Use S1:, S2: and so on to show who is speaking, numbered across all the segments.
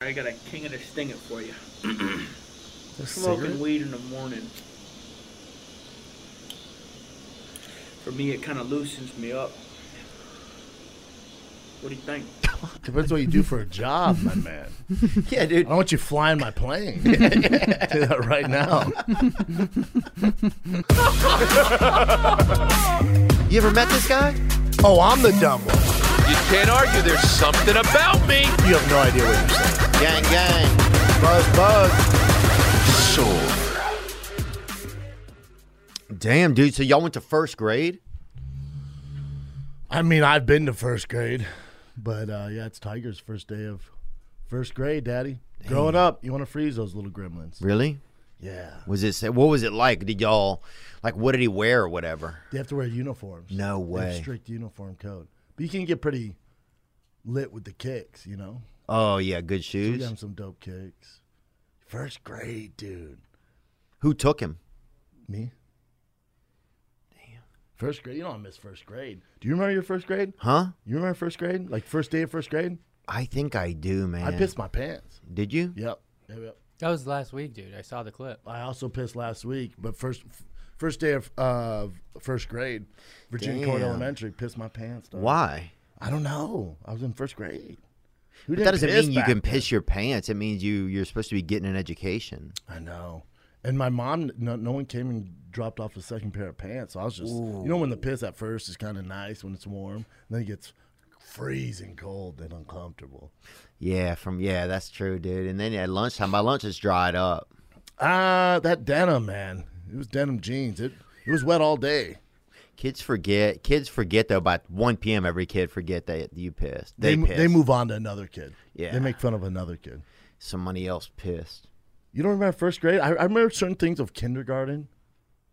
S1: I got a king of the sting it for you.
S2: There's
S1: Smoking
S2: cigarette?
S1: weed in the morning. For me, it kind of loosens me up. What do you think?
S3: Depends what you do for a job, my man.
S2: Yeah,
S3: I
S2: dude.
S3: don't want you flying my plane. do that right now.
S2: You ever met this guy?
S3: Oh, I'm the dumb one.
S4: You can't argue. There's something about me.
S3: You have no idea what you're saying.
S2: Gang, gang.
S3: Buzz, buzz.
S2: Damn, dude. So y'all went to first grade?
S3: I mean, I've been to first grade, but uh, yeah, it's Tiger's first day of first grade, Daddy. Growing up, you want to freeze those little gremlins.
S2: Really?
S3: Yeah,
S2: Was it? sa- What was it like? Did y'all like? What did he wear or whatever?
S3: they have to wear uniforms.
S2: No
S3: They have
S2: way.
S3: strict uniform code, but you can get pretty lit with the kicks. You know,
S2: Oh yeah, good
S3: we
S2: shoes.
S3: got some dope kicks. First grade, dude.
S2: Who took him?
S3: Me. Damn. First grade. You don't miss first grade. Do you remember your first grade?
S2: Huh?
S3: You remember first grade? Like first day of first grade?
S2: I think I do, man.
S3: I pissed my pants.
S2: Did you?
S3: Yep. Yep. yep.
S5: That was last week, dude. I saw the clip.
S3: I also pissed last week, but first first day of uh, first grade, Virginia Court
S2: Damn.
S3: Elementary, pissed my pants. Dog.
S2: Why?
S3: I don't know. I was in first grade. Who
S2: But that doesn't mean you can piss your pants. It means you you're supposed to be getting an education.
S3: I know. And my mom, no, no one came and dropped off the second pair of pants. So I was just, you know, when the piss at first is kind of nice when it's warm, and then it gets freezing cold and uncomfortable.
S2: Yeah, from yeah, that's true, dude. And then at lunchtime, my lunch is dried up.
S3: Ah, that denim, man. It was denim jeans. It it was wet all day.
S2: Kids forget. Kids forget though. By 1 p.m., every kid forget that you pissed. They
S3: They mo-
S2: pissed.
S3: they move on to another kid.
S2: Yeah.
S3: they make fun of another kid.
S2: Somebody else pissed.
S3: You don't remember first grade? I, I remember certain things of kindergarten,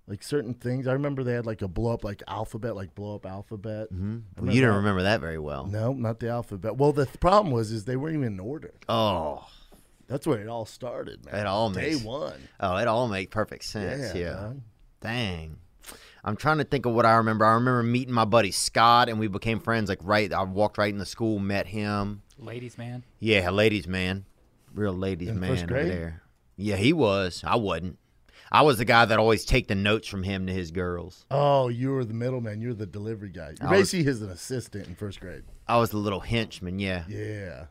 S3: like certain things. I remember they had like a blow up like alphabet, like blow up alphabet. Mm-hmm.
S2: Well, you don't remember that very well.
S3: No, not the alphabet. Well, the th- problem was is they weren't even in order.
S2: Oh,
S3: That's where it all started, man.
S2: It all
S3: day
S2: makes-
S3: one.
S2: oh, it all make perfect sense.
S3: Yeah,
S2: Yeah.
S3: dog.
S2: Dang. I'm trying to think of what I remember. I remember meeting my buddy Scott, and we became friends. Like right, I walked right into school, met him.
S5: Ladies, man.
S2: Yeah, ladies man, real ladies
S3: In
S2: man
S3: first
S2: over
S3: grade?
S2: there. Yeah, he was. I wasn't. I was the guy that always take the notes from him to his girls.
S3: Oh, you were the middleman. You were the delivery guy. You're
S2: I was-
S3: basically his assistant in first grade.
S2: I was the little henchman. Yeah.
S3: Yeah,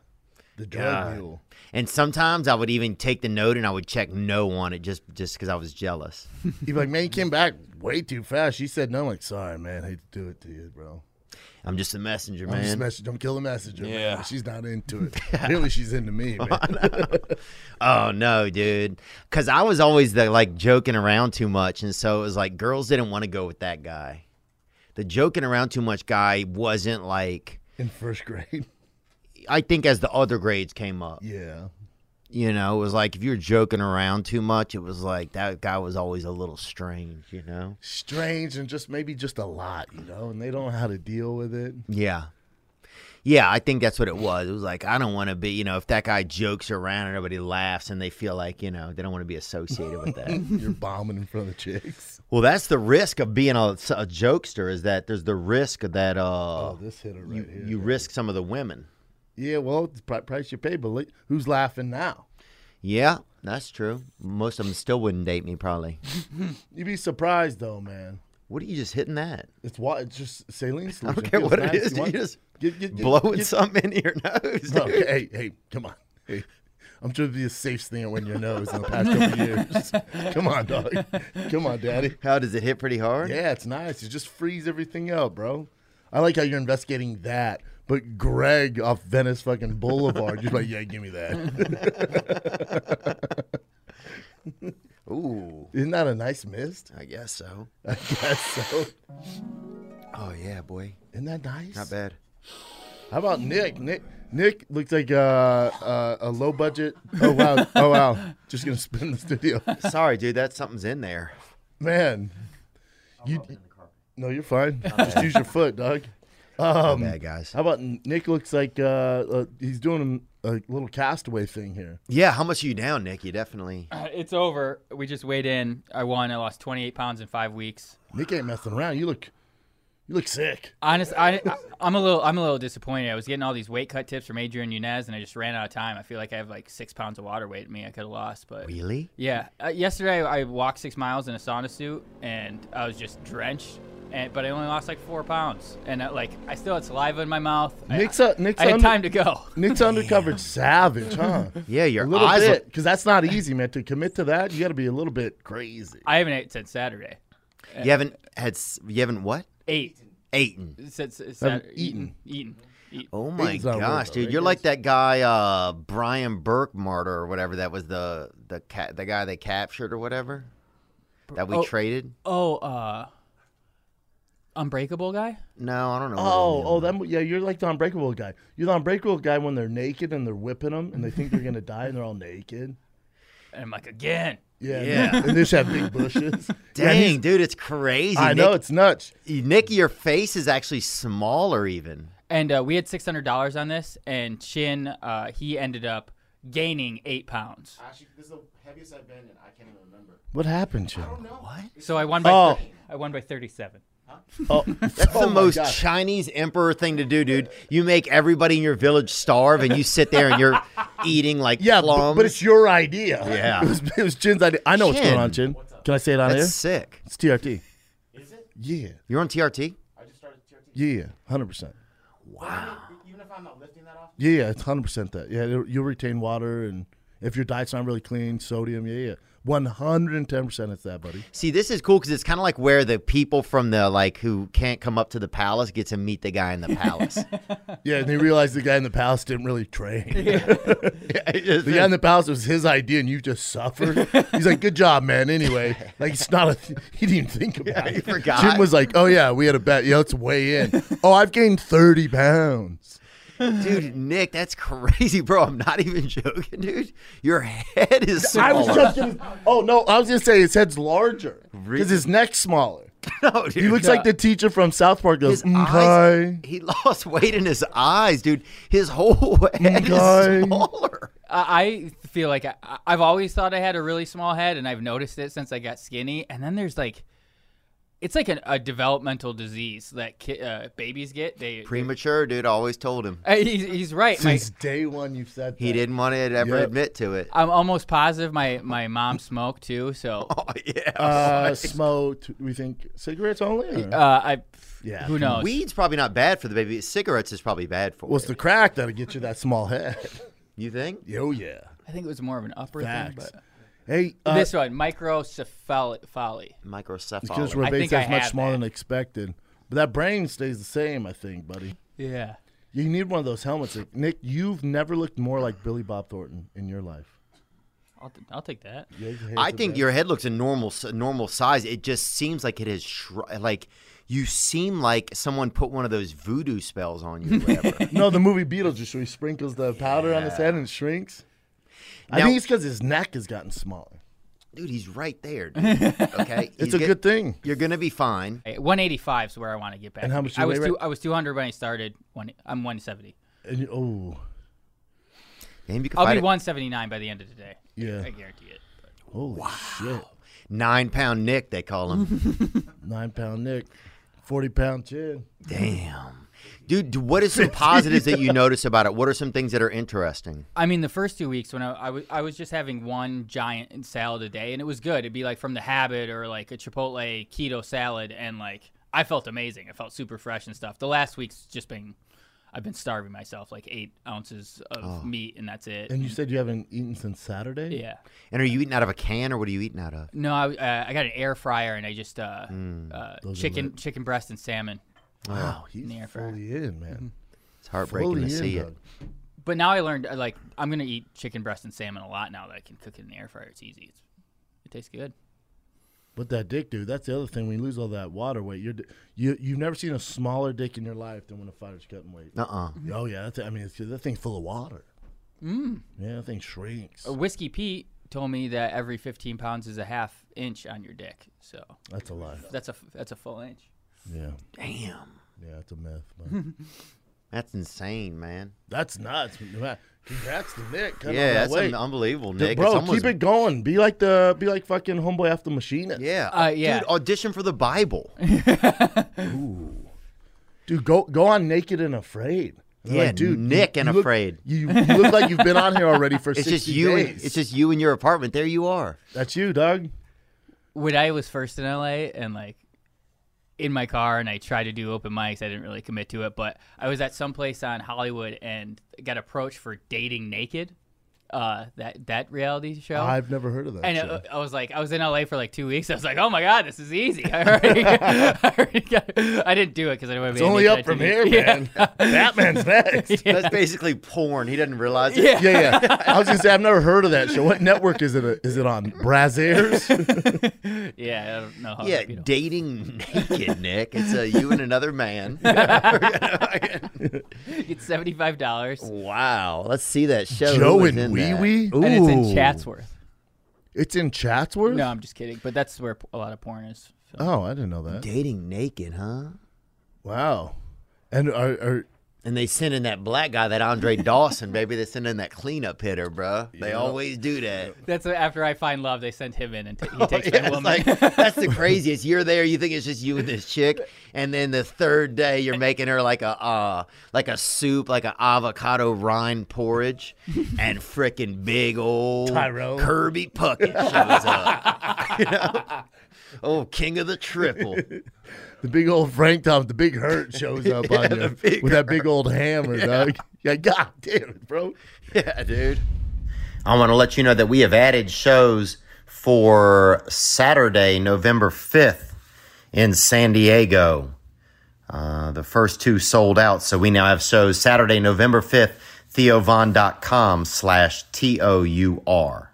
S3: the drug
S2: God.
S3: mule.
S2: And sometimes I would even take the note and I would check no on it just just because I was jealous.
S3: He'd be like, man, you came back way too fast. She said no. I'm like, sorry, man. I hate to do it to you, bro.
S2: I'm just a messenger,
S3: I'm just
S2: man.
S3: messaging. Don't kill the messenger. man.
S4: Yeah.
S3: She's not into it. Really, she's into me, man.
S2: oh no, dude. Cause I was always the like joking around too much, and so it was like girls didn't want to go with that guy. The joking around too much guy wasn't like
S3: In first grade.
S2: I think as the other grades came up.
S3: Yeah.
S2: You know, it was like if you were joking around too much, it was like that guy was always a little strange, you know?
S3: Strange and just maybe just a lot, you know, and they don't know how to deal with it.
S2: Yeah. Yeah, I think that's what it was. It was like I don't want to be, you know, if that guy jokes around and everybody laughs and they feel like, you know, they don't want to be associated with that.
S3: You're bombing in front of chicks.
S2: well, that's the risk of being a, a jokester is that there's the risk that uh
S3: Oh, this hit her right
S2: you,
S3: here.
S2: you risk some of the women.
S3: yeah, well, it's pri- price you pay, but look, who's laughing now?
S2: Yeah, that's true. Most of them still wouldn't date me probably.
S3: You'd be surprised, though, man.
S2: What are you just hitting that?
S3: It's what it's just saline solution.
S2: care
S3: feels
S2: what it
S3: nice.
S2: is,
S3: want-
S2: you just
S3: get, get, get-
S2: Blowing
S3: get-
S2: something in your nose.
S3: Bro,
S2: dude.
S3: hey, hey, come on. Hey, I'm sure it'd be the safest thing around your nose in the past couple years. Come on, dog. Come on, daddy.
S2: How does it hit pretty hard?
S3: Yeah, it's nice. You just freeze everything up, bro. I like how you're investigating that. But Greg off Venice fucking Boulevard, you're like, yeah, give me that.
S2: Ooh.
S3: Isn't that a nice mist?
S2: I guess so.
S3: I guess so.
S2: Oh yeah, boy.
S3: Isn't that nice?
S2: Not bad.
S3: How about Nick? Nick Nick looks like uh, uh, a low budget. Oh wow! Oh wow! Just gonna spin the studio,
S2: Sorry, dude. That something's in there.
S3: man. You no, you're fine. Just use your foot, dog.
S2: My bad guys.
S3: How about Nick looks like uh, uh, he's doing a, a little castaway thing here.
S2: Yeah. How much are you down, Nick? You definitely.
S3: Uh,
S5: It's over. We just weighed in. I won. I lost 28 pounds in five weeks.
S3: Nick ain't messing around. You look You look sick.
S5: Honest, I, I I'm a little I'm a little disappointed. I was getting all these weight cut tips from Adrian Yanez, and I just ran out of time. I feel like I have like six pounds of water weight in me. I could have lost, but
S2: Really?
S5: yeah. Uh, yesterday I walked six miles in a sauna suit, and I was just drenched. And but I only lost like four pounds, and uh, like I still had saliva in my mouth. I-
S3: Nick's a- Nick's
S5: I had
S3: under-
S5: time to go.
S3: Nick's undercover savage, huh?
S2: Yeah, your
S3: a little
S2: eyes
S3: bit,
S2: look
S3: because that's not easy, man. To commit to that, you got to be a little bit crazy.
S5: I haven't ate since Saturday.
S2: You haven't had. s- You haven't what?
S5: Ate
S2: Eaten.
S5: since since
S3: Haven't
S5: Saturday.
S3: eaten.
S5: Eaten. Eat-
S2: Oh my
S3: Eaten's not a word,
S2: gosh,
S3: though,
S2: dude!
S3: right,
S2: You're like that guy, uh, Brian Burke martyr or whatever. That was the the cat, the guy they captured or whatever that we
S5: Oh.
S2: traded.
S5: Oh, uh, Unbreakable guy.
S2: No, I don't know. what his
S3: Oh,
S2: name
S3: oh, that
S2: was.
S3: yeah. You're like the unbreakable guy. You're the unbreakable guy when they're naked and they're whipping them and they think they're gonna die and they're all naked.
S5: And I'm like again.
S3: Yeah,
S2: Yeah.
S3: And they just have big bushes. Yeah,
S2: dang,
S3: he's-
S2: dude, it's crazy.
S3: I
S2: Nick,
S3: know it's nuts.
S2: Nick, your face is actually smaller even.
S5: And uh, we had six hundred dollars on this, and Chin, uh, he ended up gaining eight pounds.
S6: Actually, this is the heaviest I've been, and I can't even remember.
S3: What happened to him?
S5: So I won by
S3: Oh.
S5: 30 I won by thirty-seven.
S3: Oh,
S2: That's
S3: oh
S2: the
S3: my
S2: most
S3: God.
S2: Chinese emperor thing to do, dude. You make everybody in your village starve, and you sit there and you're eating like
S3: Yeah, but,
S2: plums.
S3: but it's your idea.
S2: Yeah.
S3: it was, it was Chin's idea. I know what's going
S2: Chin.
S3: on, Chin. Can I say it on
S2: That's
S3: air?
S2: sick.
S3: It's TRT.
S6: Is it?
S3: Yeah,
S2: You're on TRT.
S6: I just started TRT.
S3: yeah, hundred percent.
S2: Wow.
S6: Even if I'm not lifting that often,
S3: Yeah, it's hundred percent that. Yeah, it'll- you'll retain water, and if your diet's not really clean, sodium. Yeah, yeah, one hundred and ten percent. It's that, buddy.
S2: See, this is cool because it's kind of like where the people from the like who can't come up to the palace get to meet the guy in the palace.
S3: Yeah, and they realized the guy in the palace didn't really train.
S2: It's-
S3: The guy in the palace was his idea, and you just suffered. He's like, "Good job, man." Anyway, like it's not a. Th- he didn't even think about it.
S2: he forgot.
S3: Jim was like, "Oh yeah, we had a bet. Yeah, let's weigh in. Oh, I've gained thirty pounds.
S2: dude, Nick, that's crazy, bro. I'm not even joking, dude. Your head is smaller.
S3: I was just. Gonna, oh no, I was gonna say his head's larger because his neck's smaller.
S2: no, dude.
S3: He looks like the teacher from South Park. Goes, "Mm,
S2: his
S3: okay.
S2: eyes. He lost weight in his eyes, dude. His whole head
S3: Okay.
S2: is smaller.
S5: I I feel like I, I- I've always thought I had a really small head, and I've noticed it since I got skinny. And then there's like, it's like an, a developmental disease that ki- uh, babies get. They
S2: Premature, dude. I always told him
S5: Uh, he's, he's right. My,
S3: Since day one, you've said
S2: he
S3: that.
S2: didn't want to ever
S3: Yep.
S2: admit to it.
S5: I'm almost positive my my mom smoked too. So
S2: Oh yeah.
S3: Uh, smoked. We think cigarettes only. or-
S5: uh, I
S3: Yeah.
S5: who knows?
S2: Weed's probably not bad for the baby. Cigarettes is probably bad for
S3: What's
S2: it.
S3: the crack that'll get you that small head?
S2: you think?
S3: Oh yeah.
S5: I think it was more of an upper
S3: Facts.
S5: thing.
S3: Hey, uh,
S5: But this one, microcephalic folly.
S3: Because
S2: Microcephaly.
S5: I think
S3: Rebates
S5: I
S3: is much
S5: have
S3: smaller
S5: that.
S3: than expected. But that brain stays the same, I think, buddy.
S5: Yeah.
S3: You need one of those helmets. Like, Nick, you've never looked more like Billy Bob Thornton in your life.
S5: I'll, t- I'll take that.
S3: Yeah, your hair's
S2: I
S3: the
S2: think
S3: best.
S2: your head looks a normal s- normal size. It just seems like it is shr- like you seem like someone put one of those voodoo spells on you. Or whatever.
S3: No, the movie Beetlejuice, where he sprinkles the powder on his head and it shrinks. I
S2: Now-
S3: think it's because his neck has gotten smaller.
S2: dude, he's right there. Dude. Okay,
S3: It's
S2: You
S3: a
S2: get-
S3: good thing.
S2: You're gonna be fine.
S5: Hey, 185 is where I want to get back.
S3: And how much
S5: I
S3: you
S5: was
S3: weigh,
S5: two,
S3: right?
S5: I was 200 when I started. One, I'm 170.
S3: And you, oh,
S2: Damn, you can
S5: I'll
S2: fight
S5: be
S2: it.
S5: 179 by the end of the day.
S3: Yeah.
S5: I guarantee it.
S3: holy shit.
S2: Nine pound Nick, they call him.
S3: Nine pound Nick, 40 pound chin.
S2: Damn, dude. d- What is some positives that you notice about it? What are some things that are interesting?
S5: I mean, the first two weeks when I, I was I was just having one giant salad a day, and it was good. It'd be like from the habit or like a Chipotle keto salad, and like I felt amazing. I felt super fresh and stuff. The last week's just been, I've been starving myself, like eight ounces of meat, and that's it.
S3: And you said you haven't eaten since Saturday?
S5: yeah.
S2: And are you eating out of a can or what are you eating out of?
S5: No, I, uh, I got an air fryer, and I just uh, uh, chicken chicken breast and salmon.
S3: Wow, he's
S5: Near Mm-hmm. fryer.
S3: fully in, man.
S2: It's heartbreaking
S3: fully
S2: to see
S3: in,
S2: it.
S3: dog.
S5: But now I learned uh, like I'm gonna eat chicken breast and salmon a lot now that I can cook it in the air fryer. It's easy. It's, it tastes good.
S3: But that dick, dude, that's the other thing. When you lose all that water weight, you're, you you've never seen a smaller dick in your life than when a fighter's cutting weight.
S2: Uh uh
S3: Oh yeah, that's, I mean it's, that thing's full of water. Mm. Yeah, that thing shrinks.
S5: Whiskey Pete told me that every 15 pounds is a half inch on your dick. So
S3: That's a lie.
S5: that's a that's a full inch.
S3: Yeah,
S2: Damn,
S3: yeah, it's a myth. man.
S2: that's insane, man.
S3: that's nuts. man. Congrats to Nick. cutting all
S2: yeah,
S3: that
S2: that's
S3: weight.
S2: un- unbelievable,
S3: Dude,
S2: Nick.
S3: bro,
S2: It's almost-
S3: keep it going. Be like the be like fucking homeboy after machinist.
S2: Yeah.
S5: Uh, yeah.
S2: Dude, audition for the Bible.
S3: dude, go go on naked and afraid. And they're
S2: Yeah,
S3: like, dude, you-
S2: Nick and
S3: you look-
S2: Afraid.
S3: You look like you've been on here already for
S2: It's
S3: 60
S2: just you. and-
S3: days.
S2: It's just you in your apartment. There you are.
S3: that's you, Doug.
S5: when I was first in LA and like in my car and I tried to do open mics, I didn't really commit to it, but I was at some place on Hollywood and got approached for dating naked. Uh, that that reality show.
S3: I've never heard of that.
S5: and
S3: show.
S5: uh, I was like, I was in LA for like two weeks. I was like, oh my god, this is easy. I already, I, already got, I didn't do it because I didn't want to
S3: it's
S5: be
S3: only
S5: naked
S3: up from
S5: on
S3: here,
S5: TV.
S3: man. Batman's next.
S2: That's basically porn. He doesn't realize it.
S5: Yeah.
S3: Yeah, yeah. I was gonna say I've never heard of that show. What network is it? Is it on Brazzers?
S5: Yeah, yeah. I don't know how.
S2: Yeah,
S5: to be-
S2: dating naked, Nick. It's a you and another man.
S5: you get seventy five dollars,
S2: wow, let's see that show. Who
S3: Joe
S2: was
S3: and
S2: in
S3: Wee
S2: that?
S3: Wee.
S5: and it's in
S2: Ooh.
S5: Chatsworth.
S3: It's in Chatsworth.
S5: No, I'm just kidding. But that's where a lot of porn is. filmed.
S3: Oh, I didn't know that.
S2: Dating naked, huh?
S3: Wow. And are, are
S2: And they send in that black guy, that Andre Dawson, baby. They send in that cleanup hitter, bruh. They always do that.
S5: That's what- after I find love. They send him in and t- he takes
S2: Yeah,
S5: my
S2: it's
S5: woman.
S2: like, that's the craziest. You're there, you think it's just you and this chick, and then the third day you're making her like a uh, like a soup, like an avocado rind porridge, and frickin' big old
S3: Tyrone.
S2: Kirby Puckett shows up. You know? Oh, king of the triple.
S3: the big old Frank Thomas, the big hurt shows up on
S2: the
S3: you
S2: big
S3: with that big old hammer, Doug? Yeah, god damn it, bro.
S2: Yeah, dude.
S7: I want to let you know that we have added shows for Saturday, November 5th in San Diego. Uh, the first two sold out, so we now have shows Saturday, November 5th, theovon.com slash T-O-U-R.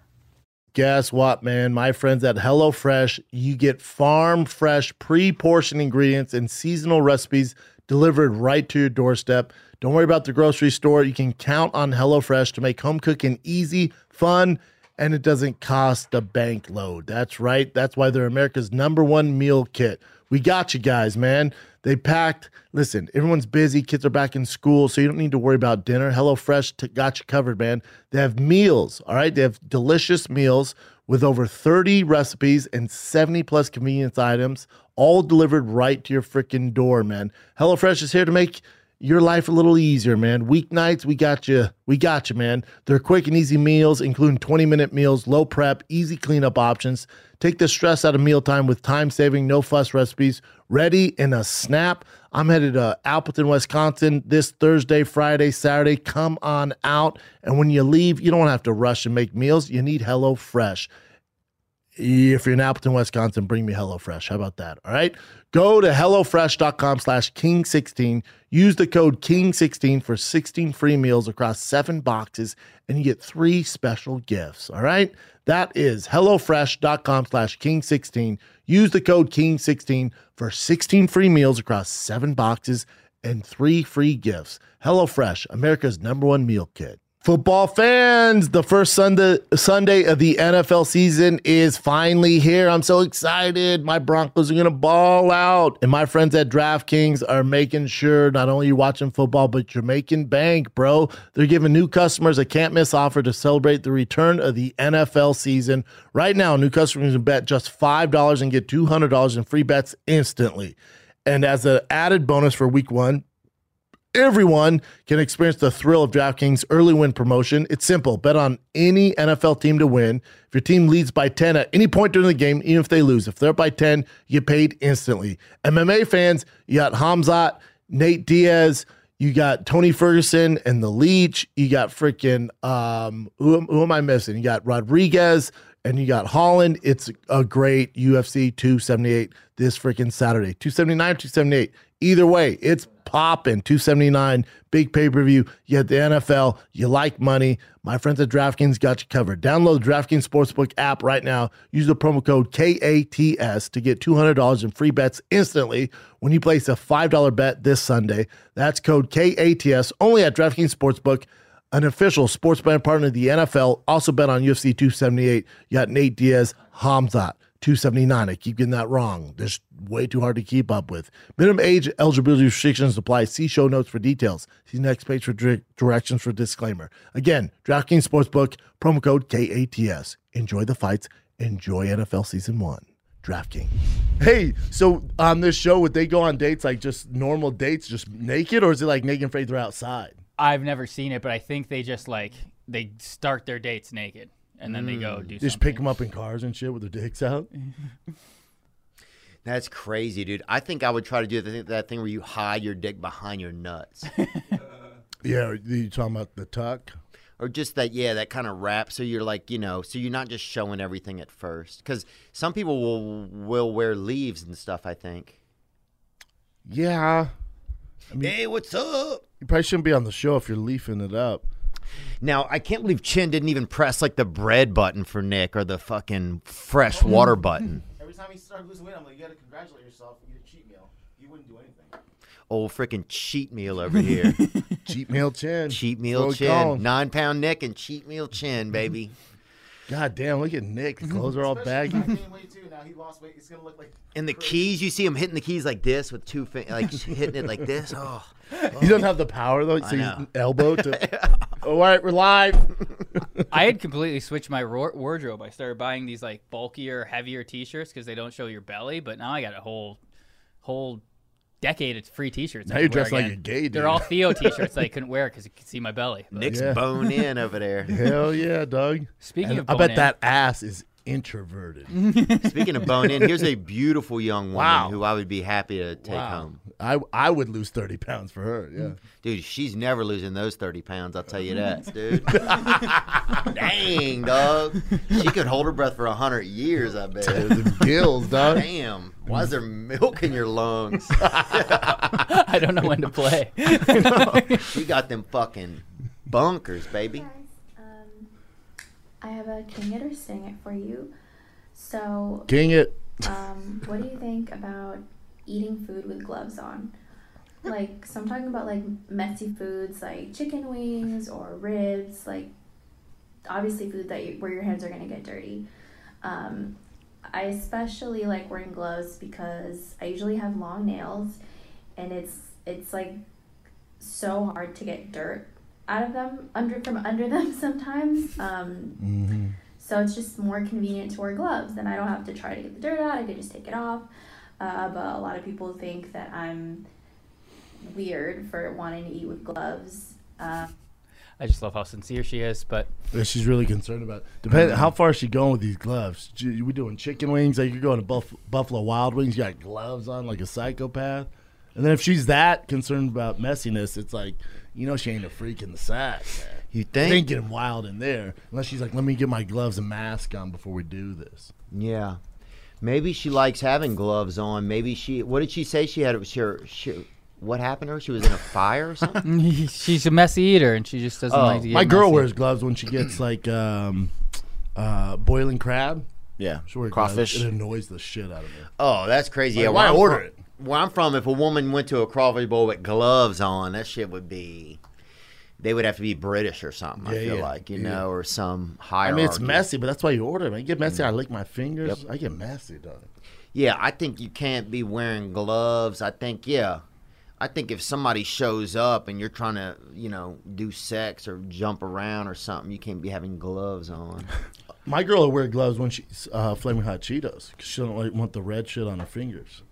S3: Guess what, man? My friends at HelloFresh, you get farm fresh, pre portioned ingredients and seasonal recipes delivered right to your doorstep. Don't worry about the grocery store. You can count on HelloFresh to make home cooking easy, fun, and it doesn't cost a bank load. That's right. That's why they're America's number one meal kit. We got you guys, man. They packed. Listen, everyone's busy. Kids are back in school, so you don't need to worry about dinner. HelloFresh t- got you covered, man. They have meals, all right? They have delicious meals with over 30 recipes and 70 plus convenience items, all delivered right to your freaking door, man. HelloFresh is here to make your life a little easier, man. Weeknights, we got you. We got you, man. They're quick and easy meals, including 20 minute meals, low prep, easy cleanup options. Take the stress out of mealtime with time saving, no fuss recipes ready in a snap. I'm headed to Appleton, Wisconsin this Thursday, Friday, Saturday. Come on out. And when you leave, you don't have to rush and make meals. You need HelloFresh if you're in Appleton, Wisconsin, bring me HelloFresh. How about that? All right. Go to HelloFresh.com slash King16. Use the code King16 for 16 free meals across seven boxes, and you get three special gifts. All right. That is HelloFresh.com slash King16. Use the code King16 for 16 free meals across seven boxes and three free gifts. HelloFresh, America's number one meal kit. Football fans, the first Sunday Sunday of the NFL season is finally here. I'm so excited. My Broncos are going to ball out, and my friends at DraftKings are making sure not only you're watching football, but you're making bank, bro. They're giving new customers a can't miss offer to celebrate the return of the NFL season. Right now, new customers can bet just five dollars and get two hundred dollars in free bets instantly. And as an added bonus for Week One. Everyone can experience the thrill of DraftKings early win promotion. It's simple. Bet on any NFL team to win. If your team leads by 10 at any point during the game, even if they lose, if they're up by 10, you get paid instantly. MMA fans, you got Hamzat, Nate Diaz, you got Tony Ferguson and the Leech. You got freaking um who, am- who am I missing? You got Rodriguez and you got Holland. It's a great UFC 278 this freaking Saturday. 279, 278. Either way, it's popping. 279, big pay per view. You got the NFL. You like money. My friends at DraftKings got you covered. Download the DraftKings Sportsbook app right now. Use the promo code KATS to get $200 in free bets instantly when you place a $5 bet this Sunday. That's code KATS only at DraftKings Sportsbook an official sports betting partner of the NFL. Also bet on UFC 278. You got Nate Diaz, Hamzat, 279. I keep getting that wrong. There's way too hard to keep up with. Minimum age eligibility restrictions apply. See show notes for details. See next page for dir- directions for disclaimer. Again, DraftKings Sportsbook, promo code KATS. Enjoy the fights. Enjoy NFL season one. DraftKings. Hey, so on this show, would they go on dates like just normal dates, just naked, or is it like naked and afraid they're outside?
S5: I've never seen it, but I think they just like they start their dates naked and then they go do
S3: Mm. Just pick them up in cars and shit with their dicks out.
S2: That's crazy, dude. I think I would try to do the thing, that thing where you hide your dick behind your nuts,
S3: Yeah, are you talking about the tuck?
S2: or just that, yeah, that kind of wrap. So you're like, you know, so you're not just showing everything at first, because some people will will wear leaves and stuff. I think.
S3: Yeah,
S2: Hey, what's up?
S3: you probably shouldn't be on the show if you're leafing it up.
S2: Now I can't believe Chin didn't even press like the bread button for Nick or the fucking fresh
S3: Oh.
S2: water button.
S6: Every time you start losing weight, I'm like, you gotta congratulate yourself. You did a cheat meal. You wouldn't do anything.
S2: Old freaking cheat meal over here.
S3: Cheat meal chin.
S2: cheat meal
S3: Where we
S2: chin,
S3: going?
S2: nine pound Nick and cheat meal
S3: Mm-hmm.
S2: chin, baby.
S3: God damn, look at Nick. His clothes are all
S6: Especially
S3: baggy.
S6: if I gained weight too. Now he lost weight. It's gonna look like.
S2: And the keys, you see him hitting the keys like this with two fingers, like hitting it like this. Oh,
S3: He doesn't have the power though. So he's
S2: know.
S3: elbow to. Oh, all right, we're live.
S5: I had completely switched my ro- wardrobe. I started buying these like bulkier, heavier T-shirts because they don't show your belly. But now I got a whole, whole decade of free T-shirts. I
S3: Now
S5: can
S3: you're
S5: wear
S3: dressed like
S5: again.
S3: a gay dude.
S5: They're all Theo T-shirts that I couldn't wear because you could see my belly. But
S2: Nick's
S3: Yeah.
S2: bone in over there.
S3: Hell yeah, Doug.
S5: Speaking
S3: And
S5: of Mm-hmm.
S3: I
S5: bone
S3: bet
S5: in-
S3: that ass is introverted.
S2: Speaking of bone in, here's a beautiful young woman
S3: Wow.
S2: who I would be happy to take home.
S3: I I would lose thirty pounds for her. Yeah.
S5: Mm-hmm.
S2: Dude, she's never losing those 30 pounds, I'll tell you that, dude. Dang, dog. She could hold her breath for 100 years, I bet.
S3: The gills, dog.
S2: Damn, why is there milk in your lungs?
S5: I don't know when to play.
S2: She got them fucking bunkers, baby.
S8: Um, I have a king it or sing it for you. So,
S3: King it.
S8: um, what do you think about eating food with gloves on? Like, so I'm talking about like messy foods like chicken wings or ribs, like obviously food that you, where your hands are gonna get dirty. Um, I especially like wearing gloves because I usually have long nails, and it's it's like so hard to get dirt out of them under from under them sometimes. Um, So it's just more convenient to wear gloves, and I don't have to try to get the dirt out. I could just take it off. Uh, but a lot of people think that I'm weird for wanting to eat with gloves. Uh,
S5: I just love how sincere she is. But
S3: Yeah, She's really concerned about. Depend
S5: Mm-hmm.
S3: how far is she going with these gloves. She- We doing chicken wings like you're going to buff, Buffalo Wild Wings. You got gloves on like a psychopath. And then if she's that concerned about messiness, it's like you know she ain't a freak in the sack. man.
S2: You
S3: They ain't
S2: think?
S3: getting wild in there unless she's like, let me get my gloves and mask on before we do this.
S2: Yeah. Maybe she likes having gloves on. Maybe she. What did she say? She had. She. she what happened to her? She was in a fire or something.
S5: she's a messy eater, and she just doesn't like to get
S3: Oh, my girl
S5: messy.
S3: wears gloves when she gets like um, uh, boiling crab.
S2: yeah.
S3: She wears
S7: Crawfish.
S3: Gloves. It annoys the shit out of me.
S2: Oh, that's crazy. yeah,
S3: why
S2: where I'm
S3: order
S2: from-
S3: it?
S2: Where I'm from, if a woman went to a crawfish bowl with gloves on, that shit would be. They would have to be British or something. I
S3: Yeah,
S2: feel
S3: yeah,
S2: like you
S3: yeah.
S2: know, or some
S3: I
S2: hierarchy.
S3: mean, it's messy, but that's why you order them. I get messy. I lick my fingers. I get messy, dog.
S2: Yeah, I think you can't be wearing gloves. I think yeah. I think if somebody shows up and you're trying to, you know, do sex or jump around or something, you can't be having gloves on.
S3: My girl will wear gloves when she's uh, flaming hot Cheetos because she don't like, want the red shit on her fingers.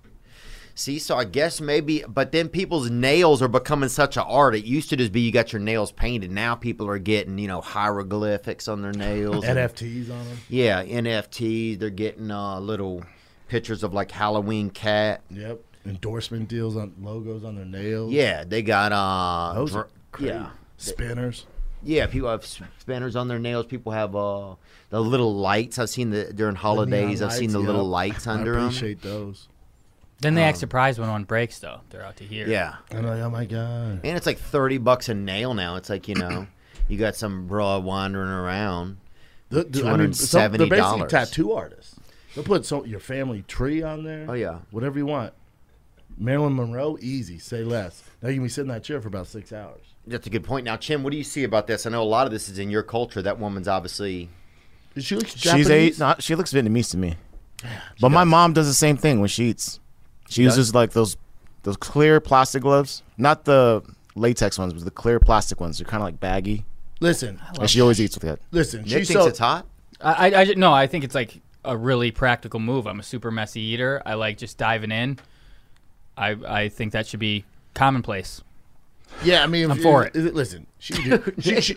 S2: See, so I guess maybe, but then people's nails are becoming such an art. It used to just be you got your nails painted. Now people are getting, you know, hieroglyphics on their nails. and-
S3: NFTs on them.
S2: yeah, NFTs. They're getting uh, little pictures of like Halloween cat.
S3: Yep. Endorsement deals on logos on their nails.
S2: Yeah, they got uh,
S3: Those are
S2: dr-
S3: crazy.
S2: yeah,
S3: Spinners.
S2: yeah. People have s- spinners on their nails. People have uh, the little lights. I've seen the during holidays.
S3: neon
S2: I've seen
S3: lights,
S2: the little
S3: yep.
S2: lights under
S3: I
S2: them.
S3: appreciate those.
S5: Then they
S3: Oh.
S5: act surprised when one breaks, though. They're out to hear.
S2: Yeah,
S3: I'm like, oh my god.
S2: And it's like thirty bucks a nail now. It's like you know, you got some broad wandering around.
S3: The, the, I mean, some, they're basically
S2: $270.
S3: tattoo artists. They'll put so, your family tree on there.
S2: Oh, yeah.
S3: Whatever you want. Marilyn Monroe, easy. Say less. Now you can be sitting in that chair for about six hours.
S2: That's a good point. Now, Chim, what do you see about this? I know a lot of this is in your culture. That woman's obviously
S3: She looks Japanese.
S9: She's a not. She looks Vietnamese to me, but my mom does the same thing when she eats. She uses like those those clear plastic gloves, not the latex ones, but the clear plastic ones. They're kind of like baggy,
S3: Listen,
S9: and she always eats with that.
S3: listen.
S2: Nick
S3: She's
S2: thinks
S3: so
S2: it's hot.
S5: I, I, I ju- no, I think it's like a really practical move. I'm a super messy eater. I like just diving in. I I think that should be commonplace.
S3: Yeah, I mean,
S5: I'm for it.
S3: Listen, she, she, she, she,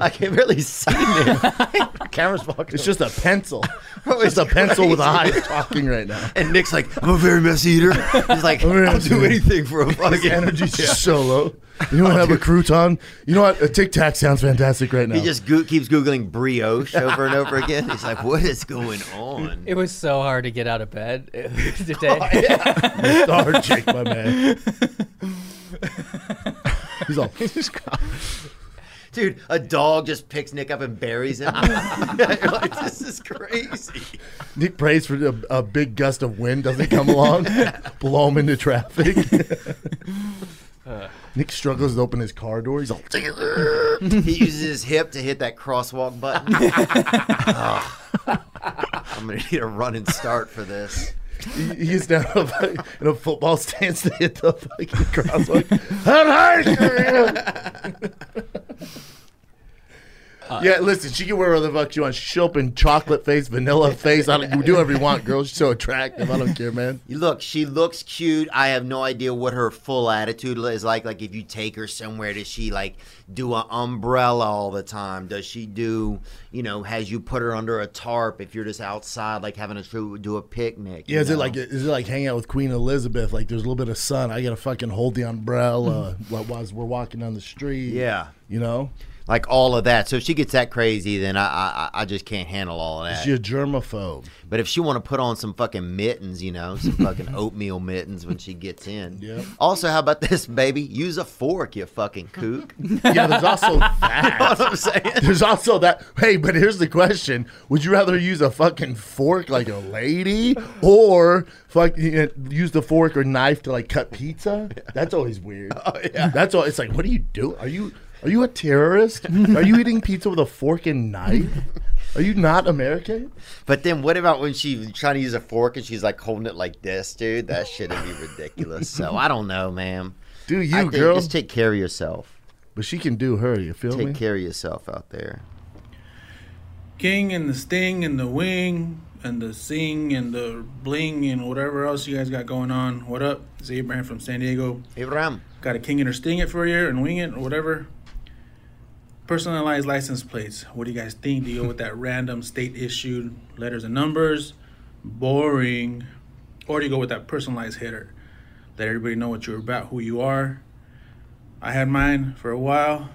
S2: I can't really see it. Camera's fucking.
S3: it's just a pencil. It's a pencil with eyes talking right now.
S2: And Nick's like, I'm a very messy eater. He's like,
S3: very
S2: I'll
S3: messy
S2: do
S3: eater."
S2: anything for a
S3: His
S2: fucking
S3: energy's just so low. You want to have a crouton? You know what? A Tic Tac sounds fantastic right now.
S2: He just go- keeps googling brioche over and over again. He's like, "What is going on?"
S5: It was so hard to get out of bed today.
S3: Oh, Star Jake, my man. He's all.
S2: Dude, a dog just picks Nick up and buries him. You're like, this is crazy.
S3: Nick prays for a, a big gust of wind doesn't come along, blow him into traffic. Nick struggles to open his car door. He's all.
S2: He uses his hip to hit that crosswalk button. Ugh. I'm gonna need a run and start for this.
S3: He- He's down in a- in a football stance to hit the fucking crosswalk. That hurt! yeah, listen, she can wear whatever the fuck she wants. She'll open chocolate face, vanilla face. I don't, you do whatever you want, girl. She's so attractive. I don't care, man.
S2: You Look, she looks cute. I have no idea what her full attitude is like. Like, if you take her somewhere, does she like do an umbrella all the time? Does she do, you know, has you put her under a tarp if you're just outside, like having a true do a picnic? you
S3: Yeah, is it
S2: know?
S3: like is it like hanging out with Queen Elizabeth? Like there's a little bit of sun. I gotta fucking hold the umbrella while while we're walking down the street.
S2: yeah,
S3: you know,
S2: like all of that? So if she gets that crazy, then I I, I just can't handle all of that.
S3: she a germaphobe.
S2: But if she want to put on some fucking mittens, you know, some fucking oatmeal mittens when she gets in.
S3: Yeah.
S2: Also, how about this, baby? Use a fork, you fucking kook. you
S3: Yeah, there's also
S2: know
S3: that.
S2: what I'm saying?
S3: There's also that. Hey, but here's the question: Would you rather use a fucking fork like a lady, or fuck you know, use the fork or knife to like cut pizza? That's always weird. Oh yeah. That's all. It's like, what do you do? Are you are you a terrorist? are you eating pizza with a fork and knife? Are you not American?
S2: But then what about when she's trying to use a fork and she's like holding it like this, dude? That shit would be ridiculous. so I don't know, ma'am.
S3: Do
S2: I
S3: you,
S2: think
S3: girl?
S2: Just take care of yourself.
S3: But she can do her. You feel
S2: Take
S3: me?
S2: care of yourself out there.
S10: King and the sting and the wing and the sing and the bling and whatever else you guys got going on. What up? It's Abraham from San Diego.
S2: Abraham.
S10: Got a king it or sting it for a year and wing it or whatever. Personalized license plates. What do you guys think? Do you go with that random state issued letters and numbers? Boring. Or do you go with that personalized header? Let everybody know what you're about, who you are. I had mine for a while.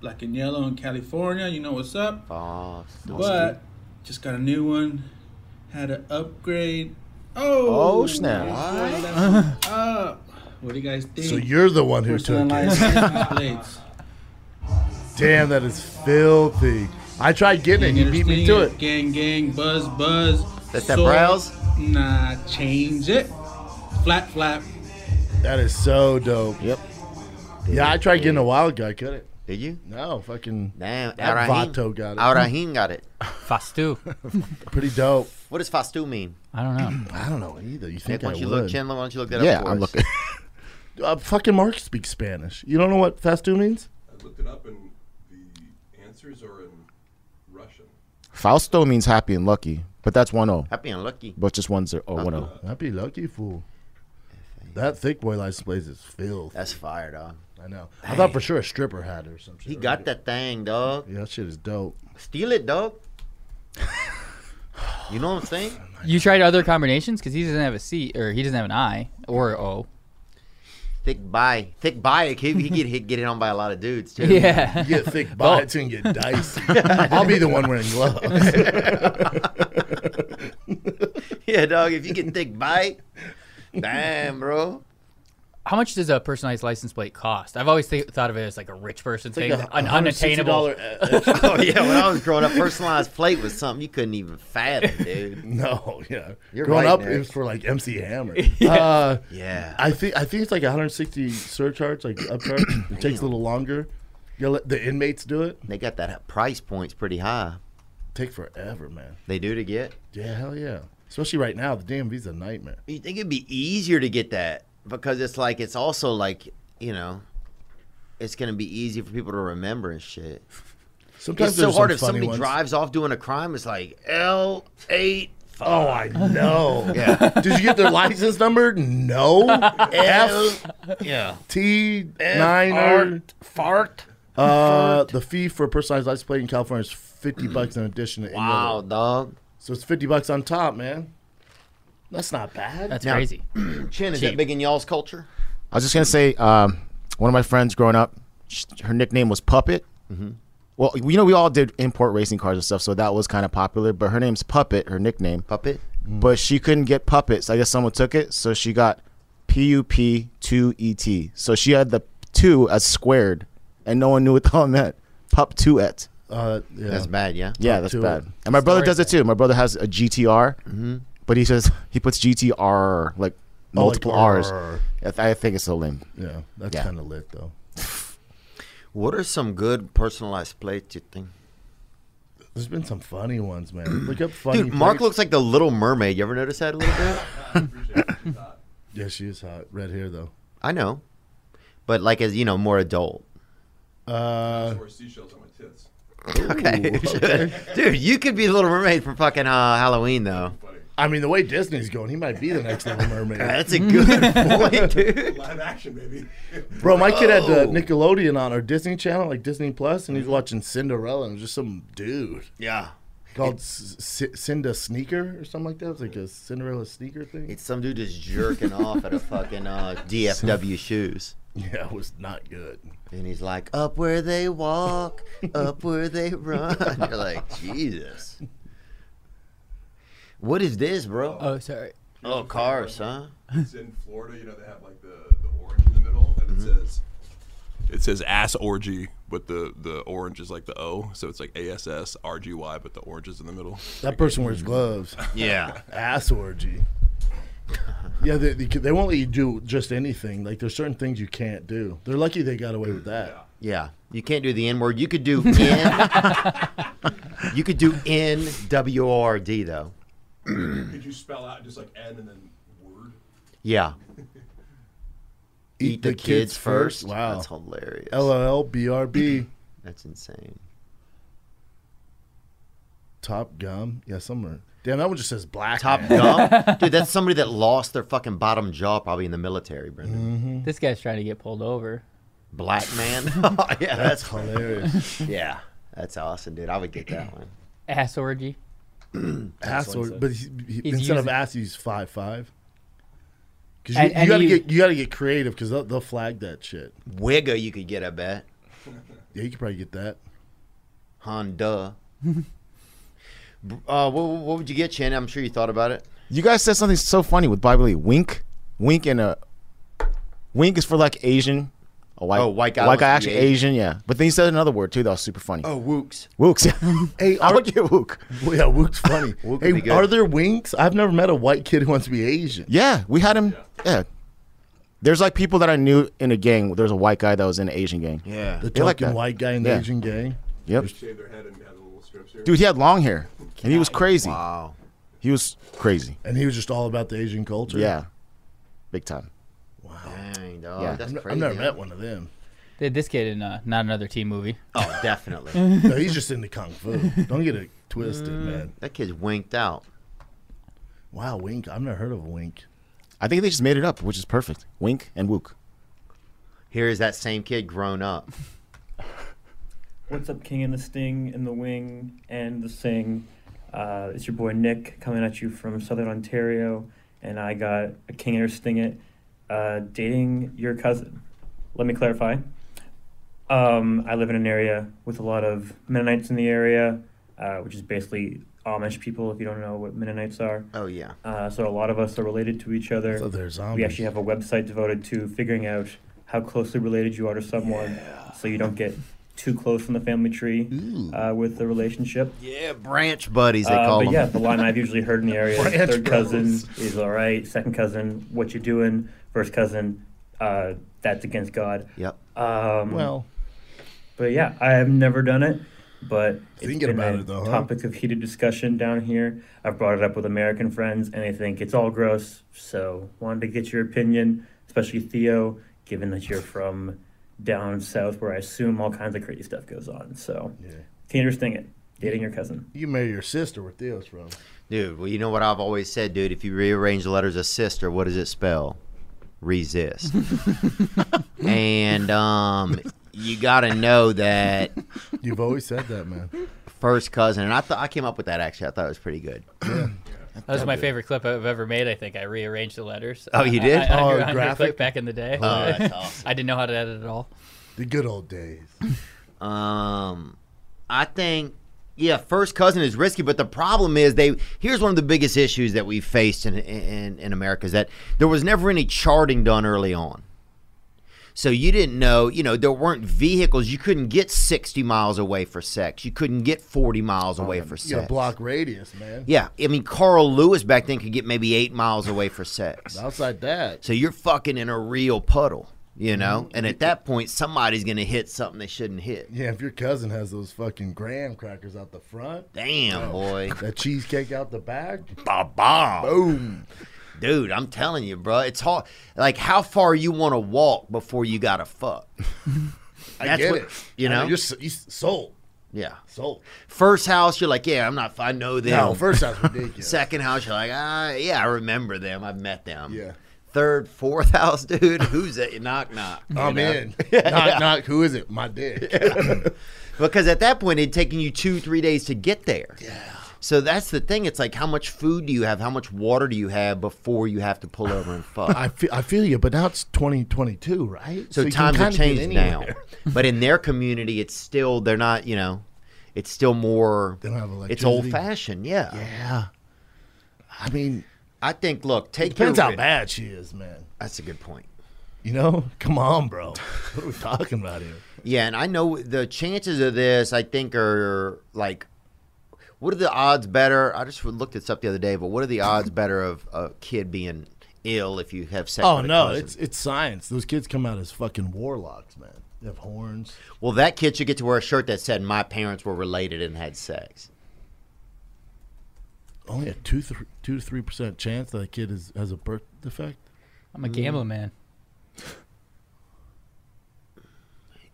S10: Black and yellow in California. You know what's up.
S2: Oh,
S10: But just got a new one. Had to upgrade. Oh,
S9: Oh, snap.
S10: upgrade that one up. What do you guys think?
S3: So you're the one who took it.
S10: Personalized license plates.
S3: Damn, that is filthy. I tried getting it. You beat me to it.
S10: Gang, gang, buzz, buzz.
S2: That's that browse?
S10: Nah, change it. Flap, flap.
S3: That is so dope.
S9: Yep.
S3: Yeah, I tried getting a wild guy. Could it?
S2: Did you?
S3: No, fucking
S2: Damn.
S3: That
S2: Arahin.
S3: Vato got it.
S2: Arahin got it.
S5: Fastu.
S3: pretty dope.
S2: What does Fastu mean?
S5: I don't know.
S3: I don't know either. You
S2: Nick,
S3: think
S2: why
S3: I
S2: don't you
S3: would?
S2: look, Chandler? Why don't you look that
S9: Yeah,
S2: up for
S9: I'm
S2: us?
S9: looking.
S3: uh, fucking Mark speaks Spanish. You don't know what festu means?
S10: I looked it up and the answers are in Russian.
S9: Fausto means happy and lucky, but that's one O,
S2: Happy and lucky.
S9: but just one zero, oh, one O.
S3: I'd be lucky fool. That thick boy license plays is filth.
S2: That's fire, dog.
S3: I know. I thought for sure a stripper had it or some shit.
S2: He got that thing, dog.
S3: Yeah, that shit is dope.
S2: Steal it, dog. You know what I'm saying?
S5: You tried other combinations because he doesn't have a C or he doesn't have an I or a O.
S2: Thick by, thick by. He, he get hit, get it on by a lot of dudes too.
S5: Yeah.
S3: Get thick
S2: Oh.
S3: bites and get dicey. I'll be the one wearing gloves.
S2: Yeah, dog. If you get thick bite, damn, bro.
S5: How much does a personalized license plate cost? I've always th- thought of it as like a rich person thing, an unattainable.
S3: $160
S2: Oh yeah, when I was growing up, personalized plate was something you couldn't even fathom, dude.
S3: No, yeah.
S2: You're
S3: Growing
S2: right,
S3: up,
S2: Nick.
S3: it was for like MC Hammer. uh,
S2: Yeah.
S3: I think I think it's like 160 surcharge, like upcharge. it takes a little longer. You gotta let the inmates do it.
S2: They got that price points pretty high.
S3: Take forever, man.
S2: They do to get.
S3: Yeah, hell yeah. Especially right now, the DMV's a nightmare.
S2: You think it'd be easier to get that because it's like it's also like you know, it's gonna be easy for people to remember and shit.
S3: Sometimes
S2: it's so
S3: there's some
S2: hard if
S3: funny
S2: somebody
S3: ones.
S2: drives off doing a crime. It's like L eight.
S3: Oh, I know.
S2: Yeah.
S3: Did Oh. you get their license number? No. F
S2: Yeah.
S3: T nine
S2: fart.
S3: Uh, the fee for personalized license plate in California is fifty bucks in addition to any
S2: Wow,
S3: other.
S2: dog.
S3: So it's fifty bucks on top, man. That's not bad.
S5: That's
S2: Now-
S5: crazy.
S2: Chin, is that big in y'all's culture?
S9: I was just gonna say, um, one of my friends growing up, sh her nickname was Puppet. Well, you know, we all did import racing cars and stuff, so that was kind of popular. But her name's Puppet, her nickname.
S2: Puppet.
S3: Mm.
S9: But she couldn't get puppets. I guess someone took it, so she got P U P two E T. So she had the two as squared, and no one knew what the hell it meant. Pup two et.
S3: Uh, yeah.
S2: That's bad. Yeah.
S9: Yeah, that's
S3: two
S9: bad.
S3: et.
S9: And my brother does it too. My brother has a GTR, but he says he puts GTR
S3: Oh,
S9: like
S3: like
S9: multiple R's.
S3: R.
S9: I, th- I think it's so lame.
S3: Yeah, that's
S9: Yeah.
S3: kind of lit though.
S2: What are some good personalized plates you think?
S3: There's been some funny ones, man. Look up funny.
S2: Dude, Mark
S3: plates.
S2: looks like the Little Mermaid. You ever notice that a little bit?
S3: Yeah, she is hot. Red hair though.
S2: I know, but like as you know, more adult.
S3: Uh,
S2: Okay, dude, you could be Little Mermaid for fucking uh, Halloween though.
S3: I mean, the way Disney's going, he might be the next Little Mermaid.
S2: That's a good point, dude.
S10: Live action, baby.
S3: Bro, my kid had the
S2: Oh.
S3: Nickelodeon on our Disney Channel, like Disney Plus, and he's watching Cinderella, and it was just some dude
S2: Yeah,
S3: called S- S- Cinda Sneaker or something like that. It was like a Cinderella sneaker thing.
S2: it's some dude just jerking off at a fucking uh, DFW shoes,
S3: yeah, it was not good.
S2: and he's like, "Up where they walk, up where they run." You're like, Jesus. What is this, bro?
S5: Oh, sorry.
S2: oh, cars, huh?
S11: It's in Florida, you know, they have like the, the orange in the middle, and it says it says ass orgy, but the the orange is like the O, so it's like A S S R G Y, but the orange is in the middle.
S3: That person wears gloves.
S2: Yeah.
S3: Ass orgy. Yeah, they, they, they won't let you do just anything. Like there's certain things you can't do. They're lucky they got away with that.
S2: Yeah, you can't do the N word. You could do N. you could do N W O R D though.
S11: Could you spell out just like N and then word?
S2: Yeah. Eat, the, kids, first.
S3: Wow.
S2: that's hilarious.
S3: LOL BRB.
S2: That's insane.
S3: Top gum. Yeah, somewhere. Damn, that one just says black.
S2: Top
S3: man.
S2: gum, dude. That's somebody that lost their fucking bottom jaw probably in the military, Brendan.
S5: This guy's trying to get pulled over.
S2: Black man. yeah, that's
S3: Hilarious.
S2: yeah, that's awesome, dude. I would get that one.
S5: Ass orgy.
S3: ass or, but he, he-
S5: He's
S3: instead of
S5: using-
S3: ass, he's five five. Because you,
S5: And- and
S3: you gotta
S5: he-
S3: get you gotta get creative because they'll, they'll flag that shit.
S2: Wigga, you could get. I bet.
S3: Yeah, you could probably get that.
S2: Honda. Br- uh, what, what would you get, Shannon? I'm sure you thought about it.
S9: You guys said something so funny with Bible Lee. Wink, wink, and a wink is for like Asian, a white,
S2: Oh, white guy
S9: white guy
S2: wants to
S9: actually
S2: be
S9: Asian. yeah. But then you said another word too that was super funny. Oh,
S2: wooks.
S9: wooks. Yeah.
S3: Hey,
S9: I
S3: are,
S9: would get wook.
S3: well, yeah, Wook's funny.
S2: Wook would be
S3: hey,
S2: good.
S3: are there winks? I've never met a white kid who wants to be Asian.
S9: Yeah, we had him. Yeah. There's like people that I knew in a gang. There's a white guy that was in an Asian gang.
S2: Yeah.
S3: The
S9: They like
S3: token
S9: that.
S3: white guy in the
S9: Yeah.
S3: Asian gang.
S9: Yep.
S11: Just shave their head and have the little strips here.
S9: Dude, he had long hair, and he was crazy.
S2: Wow.
S9: He was crazy.
S3: And he was just all about the Asian culture.
S9: Yeah. Big time.
S2: Dang, dog.
S9: Yeah.
S2: That's
S3: I've,
S2: crazy.
S3: I've never
S2: huh?
S3: met one of them.
S5: Did this kid in uh, not another teen movie?
S2: Oh, definitely.
S3: No, he's just into kung fu. Don't get it twisted,
S2: Mm.
S3: man.
S2: that kid's winked out.
S3: Wow, wink. I've never heard of a wink.
S9: I think they just made it up, which is perfect. Wink and wook.
S2: Here is that same kid grown up.
S12: What's up, King and the Sting and the Wing and the Sing? Uh, it's your boy Nick coming at you from Southern Ontario, and I got a King and her Sting it uh, dating your cousin. Let me clarify. Um, I live in an area with a lot of Mennonites in the area, uh, which is basically Amish people. If you don't know what Mennonites are,
S2: Oh yeah.
S12: uh, so a lot of us are related to each other.
S3: So they're zombies.
S12: We actually have a website devoted to figuring out how closely related you are to someone, so you don't get too close in the family tree uh, with the relationship.
S2: Yeah, branch buddies they
S12: Uh,
S2: call
S12: but
S2: them.
S12: yeah, the line I've usually heard in the area is
S3: Branch
S12: third
S3: Bros.
S12: cousin is all right, second cousin, what you doing, first cousin, uh, that's against God.
S2: Yep.
S12: Um,
S3: Well,
S12: but yeah, I have never done it. But it's
S3: Thinking
S12: been
S3: about
S12: a
S3: it, though, huh?
S12: topic of heated discussion down here. I've brought it up with American friends, and they think it's all gross. So wanted to get your opinion, especially Theo, given that you're from down south, where I assume all kinds of crazy stuff goes on. So King or Sting It, dating your cousin.
S3: You marry your sister with this, bro.
S2: Dude, well, you know what I've always said, dude. If you rearrange the letters of sister, what does it spell? Resist. and um, you got to know that
S3: You've always said that, man.
S2: first cousin. And I thought I came up with that actually. I thought it was pretty good.
S5: That was my favorite clip I've ever made. I think I rearranged the letters.
S2: Oh, you did?
S5: I, I, I,
S2: Oh,
S5: drew- I drew a
S2: graphic?
S5: clip back in the day.
S2: Oh, that's awesome.
S5: I didn't know how to edit at all.
S3: The good old days.
S2: Um, I think yeah, first cousin is risky, but the problem is they. Here's one of the biggest issues that we faced in in, in America is that there was never any charting done early on. So you didn't know, you know, there weren't vehicles. You couldn't get 60 miles away for sex. You couldn't get 40 miles away for
S3: Um, You got
S2: sex.
S3: a block radius, man.
S2: Yeah, I mean Carl Lewis back then could get maybe 8 miles away for sex.
S3: Outside that,
S2: So you're fucking in a real puddle, you know?
S3: Mm-hmm.
S2: And at that point somebody's going to hit something they shouldn't hit.
S3: yeah, if your cousin has those fucking graham crackers out the front,
S2: Damn, boy.
S3: that cheesecake out the back,
S2: Ba bomb.
S3: Boom.
S2: Dude, I'm telling you, bro. It's hard. Like, how far you want to walk before you gotta fuck?
S3: I
S2: That's
S3: get
S2: what-
S3: it.
S2: you
S3: I
S2: know?
S3: you're, s- you s- sold.
S2: Yeah.
S3: Sold.
S2: First house, you're like, yeah, I'm not. I know them.
S3: No, first house ridiculous.
S2: Second house, you're like, ah, yeah, I remember them. I've met them.
S3: Yeah.
S2: Third, fourth house, dude. Who's that? Knock, knock. you
S3: I'm
S2: know?
S3: in. knock, knock. Who is it? My dick.
S2: because at that point it'd taken you two three days to get there yeah so that's the thing it's like how much food do you have how much water do you have before you have to pull over and fuck
S3: I feel, I feel you, but now it's 2022, right?
S2: so,
S3: you can
S2: times have
S3: kinda get
S2: changed now
S3: anywhere.
S2: but in their community it's still they're not you know it's still more
S3: They don't have
S2: it's
S3: electricity.
S2: old fashioned yeah
S3: yeah i mean
S2: i think look take
S3: It depends
S2: your
S3: how
S2: ri-
S3: bad she is, man.
S2: that's a good point
S3: You know, come on, bro. What are we talking about here?
S2: Yeah, and I know the chances of this, I think, are like, what are the odds better? I just looked this up the other day, but what are the odds better of a kid being ill if you have sex?
S3: Oh
S2: with a
S3: no,
S2: cousin?
S3: it's it's science. Those kids come out as fucking warlocks, man. They have horns.
S2: well, that kid should get to wear a shirt that said "My parents were related and had sex."
S3: Only a two thr- two to three percent chance that a kid is, has a birth defect.
S5: I'm a gambler, man.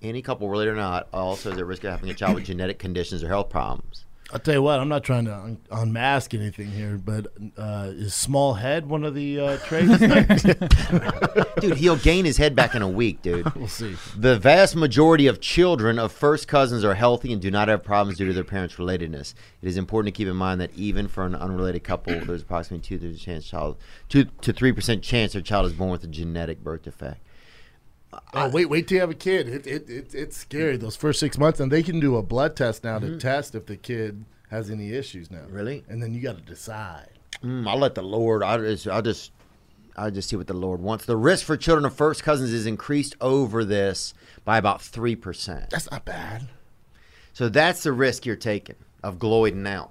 S2: Any couple, related or not, also is at risk of having a child with genetic conditions or health problems.
S3: I'll tell you what, I'm not trying to un- unmask anything here, but uh, is small head one of the uh, traits?
S2: Dude, he'll gain his head back in a week, dude.
S3: We'll see.
S2: The vast majority of children of first cousins are healthy and do not have problems due to their parents' relatedness. It is important to keep in mind that even for an unrelated couple, there's approximately two to chance child two to three percent chance their child is born with a genetic birth defect.
S3: Oh, wait, wait till you have a kid. It, it, it, it's scary those first six months, and they can do a blood test now to
S2: Mhm.
S3: test if the kid has any issues now.
S2: Really?
S3: And then you got to decide.
S2: Mm, I'll let the Lord. I just, I just, I just see what the Lord wants. The risk for children of first cousins is increased over this by about three percent.
S3: That's not bad.
S2: So that's the risk you're taking of gloiding out.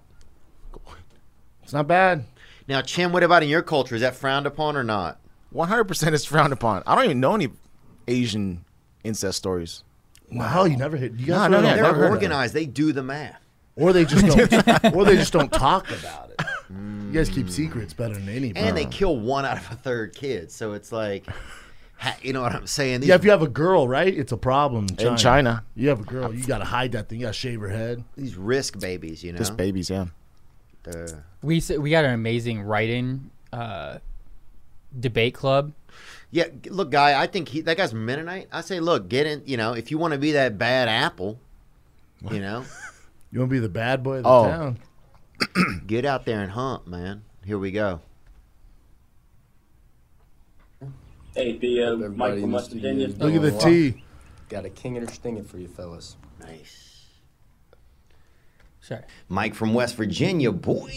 S3: It's not bad.
S2: Now, Chin, what about in your culture? Is that frowned upon or not?
S9: One hundred percent is frowned upon. I don't even know any Asian incest stories.
S3: Wow, you never hit. You
S9: No,
S3: guys
S9: no,
S3: really never
S9: no, never
S3: heard
S2: They're
S3: of
S2: organized. They do the math.
S3: that. Or they just don't. or they just don't talk about it. You guys keep secrets better than anybody.
S2: and they kill one out of a third kid. So it's like, ha- you know what I'm saying?
S3: yeah, if you have a girl, right, it's a problem in China.
S9: In China.
S3: you have a girl, you got to hide that thing. You got to shave her head.
S2: These risk babies, you know. Uh,
S9: Just babies, yeah.
S2: They're-
S5: We s- we got an amazing writing uh, debate club.
S2: yeah, g- look, guy, I think he, that guy's Mennonite. I say, look, get in. You know, if you want to be that bad apple, you know,
S3: You want to be the bad boy of the
S2: Oh.
S3: town?
S2: get out there and hunt, man. Here we go.
S13: Hey, BM,
S14: Everybody
S13: Michael
S14: in the
S13: Mustardinian.
S3: Oh,
S14: studio is doing well. Got a king and a stinger for you fellas.
S2: Nice.
S5: Sorry.
S2: Mike from West Virginia, boy.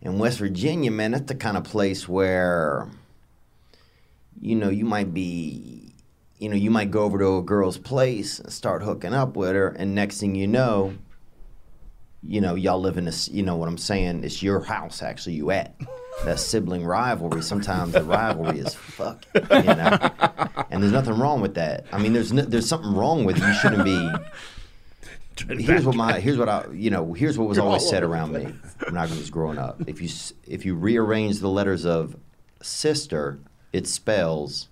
S2: In West Virginia, man, that's the kind of place where, you know, you might be, you know, you might go over to a girl's place and start hooking up with her, and next thing you know, you know, y'all live in this, you know what I'm saying? It's your house, actually, you at. That sibling rivalry. Sometimes the rivalry is fuck, you know. And there's nothing wrong with that. I mean, there's no, there's something wrong with it. you shouldn't be here's what my here's what I you know here's what was
S15: You're
S2: always
S15: all
S2: said
S15: over the
S2: around me when I was growing up. If you s- if you rearrange the letters of sister, it spells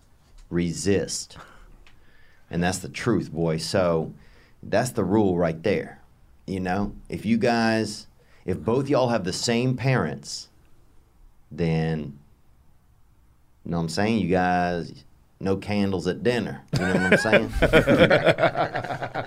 S2: resist, and that's the truth, boy. So that's the rule right there.
S7: You know, if you guys, if both y'all have the same parents, then, you know what I'm saying? You guys, no candles at dinner. You know what I'm saying?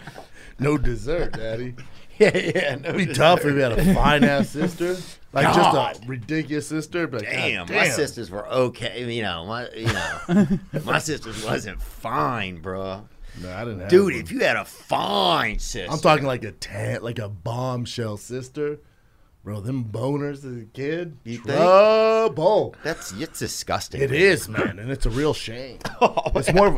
S3: no dessert, Daddy.
S2: yeah, yeah. No
S3: It'd be tough if we had a fine ass sister, like
S2: God.
S3: just a ridiculous sister. But
S2: Damn,
S3: damn,
S2: my sisters were okay. You know, my you know, my sisters wasn't fine, bro.
S3: No, I didn't have
S2: Dude,
S3: one.
S2: if you had a fine sister,
S3: I'm talking like a tan, like a bombshell sister, bro. Them boners as a kid, you
S2: think?
S3: trouble.
S2: That's it's disgusting.
S3: It is, man, and it's a real shame. it's more of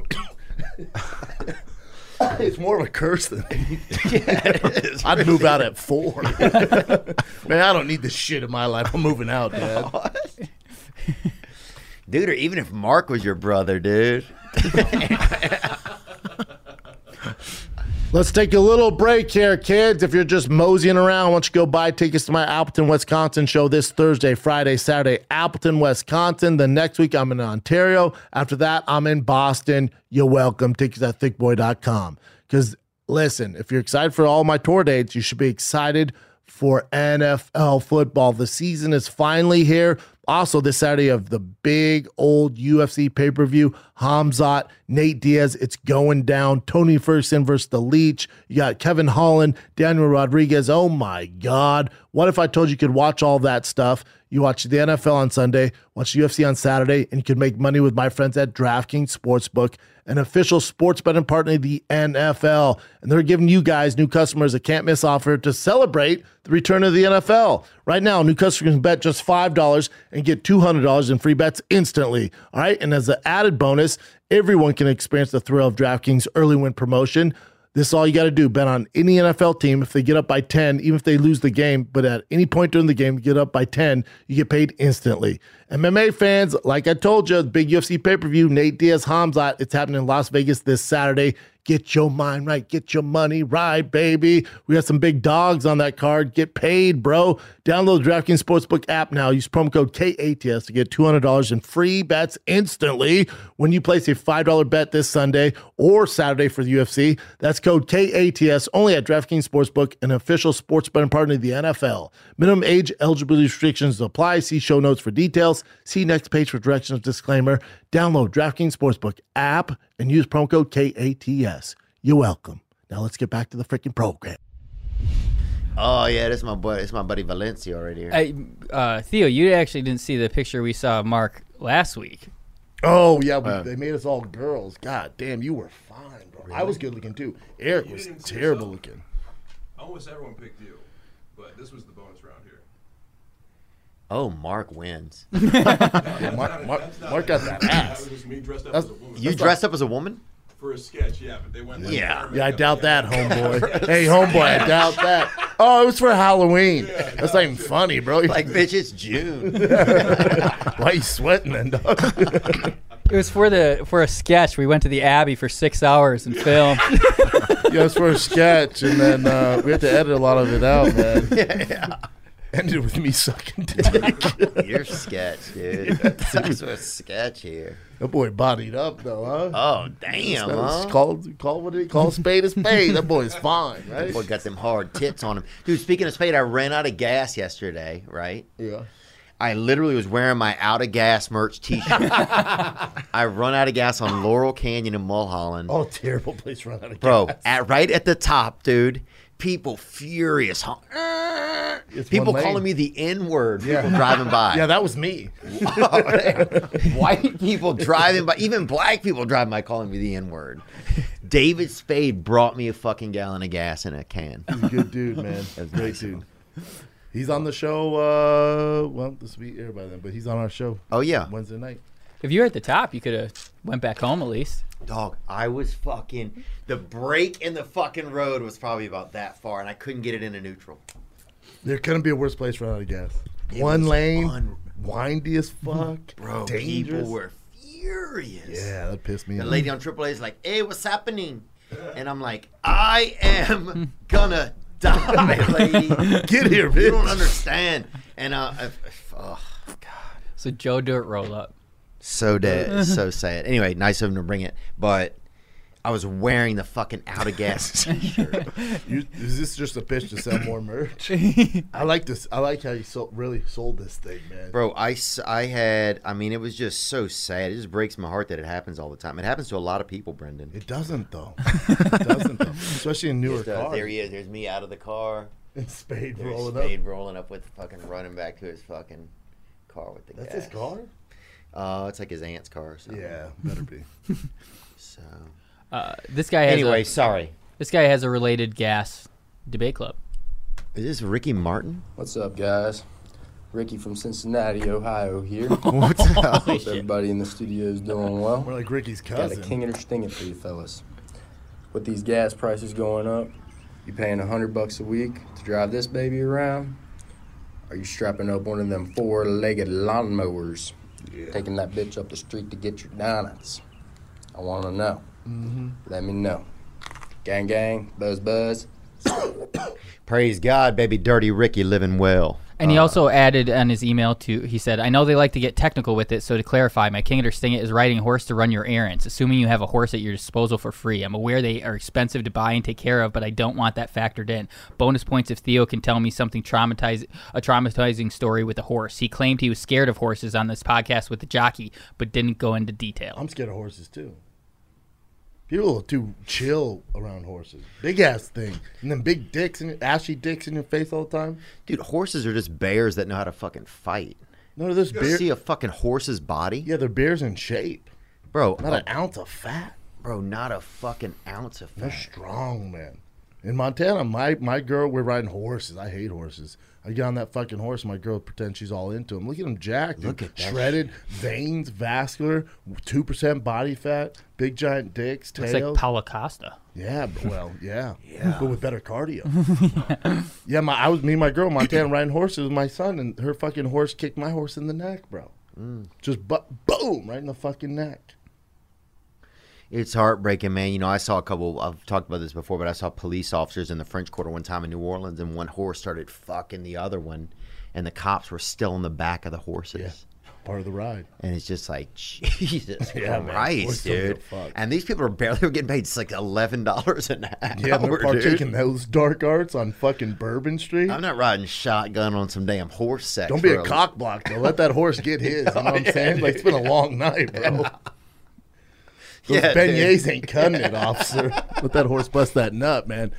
S3: a, it's more of a curse than
S2: anything.
S3: I'd move out at four. man, I don't need this shit in my life. I'm moving out, Dad.
S2: dude. Or even if Mark was your brother, dude.
S3: Let's take a little break here, kids. If you're just moseying around, why don't you go buy tickets to my Appleton, Wisconsin show this Thursday, Friday, Saturday, Appleton, Wisconsin. The next week, I'm in Ontario. After that, I'm in Boston. You're welcome. Tickets at thickboy.com. Because listen, if you're excited for all my tour dates, you should be excited for NFL football. The season is finally here. Also, this Saturday of the big old UFC pay per view, Hamzat, Nate Diaz, it's going down. Tony Ferguson versus the Leech. You got Kevin Holland, Daniel Rodriguez. Oh my God. What if I told you you could watch all that stuff? You watch the NFL on Sunday, watch UFC on Saturday, and you could make money with my friends at DraftKings Sportsbook, an official sports betting partner of the NFL. And they're giving you guys, new customers, a can't miss offer to celebrate the return of the NFL. Right now, new customers can bet just $5 and get $200 in free bets instantly. All right. And as an added bonus, everyone can experience the thrill of DraftKings early win promotion. This is all you got to do. Bet on any NFL team. If they get up by 10, even if they lose the game, but at any point during the game, you get up by 10, you get paid instantly. MMA fans, like I told you, the big UFC pay per view, Nate Diaz Hamzat, it's happening in Las Vegas this Saturday. Get your mind right. Get your money right, baby. We got some big dogs on that card. Get paid, bro. Download the DraftKings Sportsbook app now. Use promo code KATS to get $200 in free bets instantly when you place a $5 bet this Sunday or Saturday for the UFC. That's code KATS only at DraftKings Sportsbook, an official sports betting partner of the NFL. Minimum age eligibility restrictions apply. See show notes for details. See next page for directions disclaimer. Download DraftKings Sportsbook app and use promo code KATS. You're welcome. Now let's get back to the freaking program.
S2: Oh yeah, this is my buddy. It's my buddy Valencia already here.
S5: Hey, uh, Theo, you actually didn't see the picture we saw of Mark last week.
S3: Oh yeah, we, they made us all girls. God damn, you were fine, bro. I was good looking too. Eric was terrible looking.
S11: Almost everyone picked you, but this was the bonus round here.
S2: Oh, Mark wins.
S3: Mark, Mark, Mark got that ass.
S11: That was me dressed up as a woman.
S2: you dressed up as a woman?
S11: For a sketch, yeah, but they went. Like
S2: Yeah.
S3: Yeah, I doubt that, homeboy. hey, homeboy, I doubt that. Oh, it was for Halloween. That's not even funny, bro.
S2: Like, bitch, it's June.
S3: Why you sweating then, dog?
S5: It was for the for a sketch. We went to the Abbey for six hours and filmed.
S3: yeah, it was for a sketch, and then uh, we had to edit a lot of it out, man. Ended with me sucking dick.
S2: You're sketch, dude. Sucks with sketch here.
S3: That boy bodied up though, huh?
S2: Oh, damn,
S3: That was
S2: huh?
S3: Called, call what did he call spade a spade. That boy's fine,
S2: That
S3: right?
S2: boy got them hard tits on him. Dude, speaking of spade, I ran out of gas yesterday, right?
S3: Yeah.
S2: I literally was wearing my out of gas merch t shirt. I run out of gas on Laurel Canyon in Mulholland.
S3: Oh, terrible place run out of
S2: Bro,
S3: gas.
S2: at, right at the top, dude. People furious. hon-
S3: It's
S2: People
S3: one lane.
S2: calling me the N word.
S3: Yeah.
S2: People driving by.
S3: Yeah, that was me.
S2: White people driving by, even black people driving by calling me the N word. David Spade brought me a fucking gallon of gas in a can.
S3: He's a good dude, man.
S2: That was
S3: Great
S2: nice of
S3: dude.
S2: him.
S3: He's on the show. Uh, well, this will be air by then, but he's on our show.
S2: Oh, yeah.
S3: Wednesday night.
S5: if you were at the top, you could have went back home at least.
S2: Dog, I was fucking. The break in the fucking road was probably about that far, and I couldn't get it into neutral.
S3: There couldn't be a worse place to run out of gas.
S2: It
S3: One
S2: was
S3: lane,
S2: un-
S3: windy as fuck,
S2: Bro,
S3: dangerous.
S2: people were furious.
S3: Yeah, that pissed me
S2: The
S3: off.
S2: lady on AAA is like, hey, what's happening? And I'm like, I am gonna die, lady.
S3: Get here,
S2: You don't
S3: bitch."
S2: understand. And uh, I, oh,
S5: So Joe Dirt roll up.
S2: so dead, so sad. Anyway, nice of him to bring it, but I was wearing the fucking out of gas t-shirt.
S3: You, is this just a pitch to sell more merch? I like this. I like how you sold, really sold this thing, man.
S2: Bro, I, s- I had, I mean, it was just so sad. It just breaks my heart that it happens all the time. It happens to a lot of people, Brendan.
S3: It doesn't, though. It doesn't, though. Especially in newer
S2: Just, uh,
S3: cars.
S2: There he is. There's me out of the car.
S3: And Spade
S2: There's
S3: rolling up.
S2: Spade rolling up with fucking running back to his fucking car with the
S3: That's
S2: gas.
S3: his car?
S2: Uh, it's like his aunt's car. Or something.
S3: Yeah, better be.
S2: so
S5: Uh, this guy. Has
S2: Anyway,
S5: a-
S2: sorry.
S5: This guy has a related gas debate club.
S2: Is this Ricky Martin?
S14: What's up, guys? Ricky from Cincinnati, Ohio here.
S16: What the hell?
S14: Hope everybody in the studio is doing well.
S3: We're like Ricky's cousin.
S14: Got a king and a stinger for you fellas. With these gas prices going up, you paying a hundred bucks a week to drive this baby around? Are you strapping up one of them four-legged lawnmowers, taking that bitch up the street to get your donuts? I want to know.
S3: Mm-hmm.
S14: Let me know. Gang, gang, buzz, buzz.
S2: Praise God, baby. Dirty Ricky living well.
S5: And he also added on his email to he said, I know they like to get technical with it, so to clarify, my King Eater Sting it is riding a horse to run your errands, assuming you have a horse at your disposal for free. I'm aware they are expensive to buy and take care of, but I don't want that factored in. Bonus points if Theo can tell me something traumatizing a traumatizing story with a horse. He claimed he was scared of horses on this podcast with the jockey, but didn't go into detail.
S3: I'm scared of horses too. People are too chill around horses. Big ass thing, and then big dicks and ashy dicks in your face all the time.
S2: Dude, horses are just bears that know how to fucking fight.
S3: No, there's
S2: you
S3: bear-
S2: see a fucking horse's body. Yeah,
S3: their bear's in shape,
S2: bro.
S3: Not an
S2: a-
S3: ounce of fat.
S2: Bro, not a fucking ounce of
S3: They're
S2: fat.
S3: strong, man. In Montana, my my girl, we're riding horses. I hate horses. I get on that fucking horse. My girl pretends she's all into him. Look at him, jacked. Look at
S2: that
S3: shredded veins, vascular, two percent body fat, big giant dicks,
S5: Looks
S3: tails.
S5: like Paulo Costa.
S3: Yeah, b- well, yeah, but with better cardio. yeah, my I was me and my girl Montana riding horses with my son, and her fucking horse kicked my horse in the neck, bro. Just bu- boom, right in the fucking neck.
S2: It's heartbreaking, man. You know, I saw a couple. I've talked about this before, but I saw police officers in the French Quarter one time in New Orleans, and one horse started fucking the other one, and the cops were still in the back of the horses.
S3: Part of the ride.
S2: And it's just like Jesus
S3: Yeah, man.
S2: Christ,
S3: Horses don't give a
S2: dude!
S3: fuck.
S2: And these people are barely were getting paid. It's like eleven dollars an hour.
S3: Yeah, they're partaking
S2: dude.
S3: those dark arts on fucking Bourbon Street.
S2: I'm not riding shotgun on some damn horse sex.
S3: Don't be
S2: for
S3: a cock block though. Let that horse get his. You know what I'm
S2: Yeah,
S3: saying? Like it's been a
S2: dude.
S3: long night, bro. Those
S2: Yeah, dude.
S3: beignets ain't cutting it, officer. Let that horse bust that nut, man.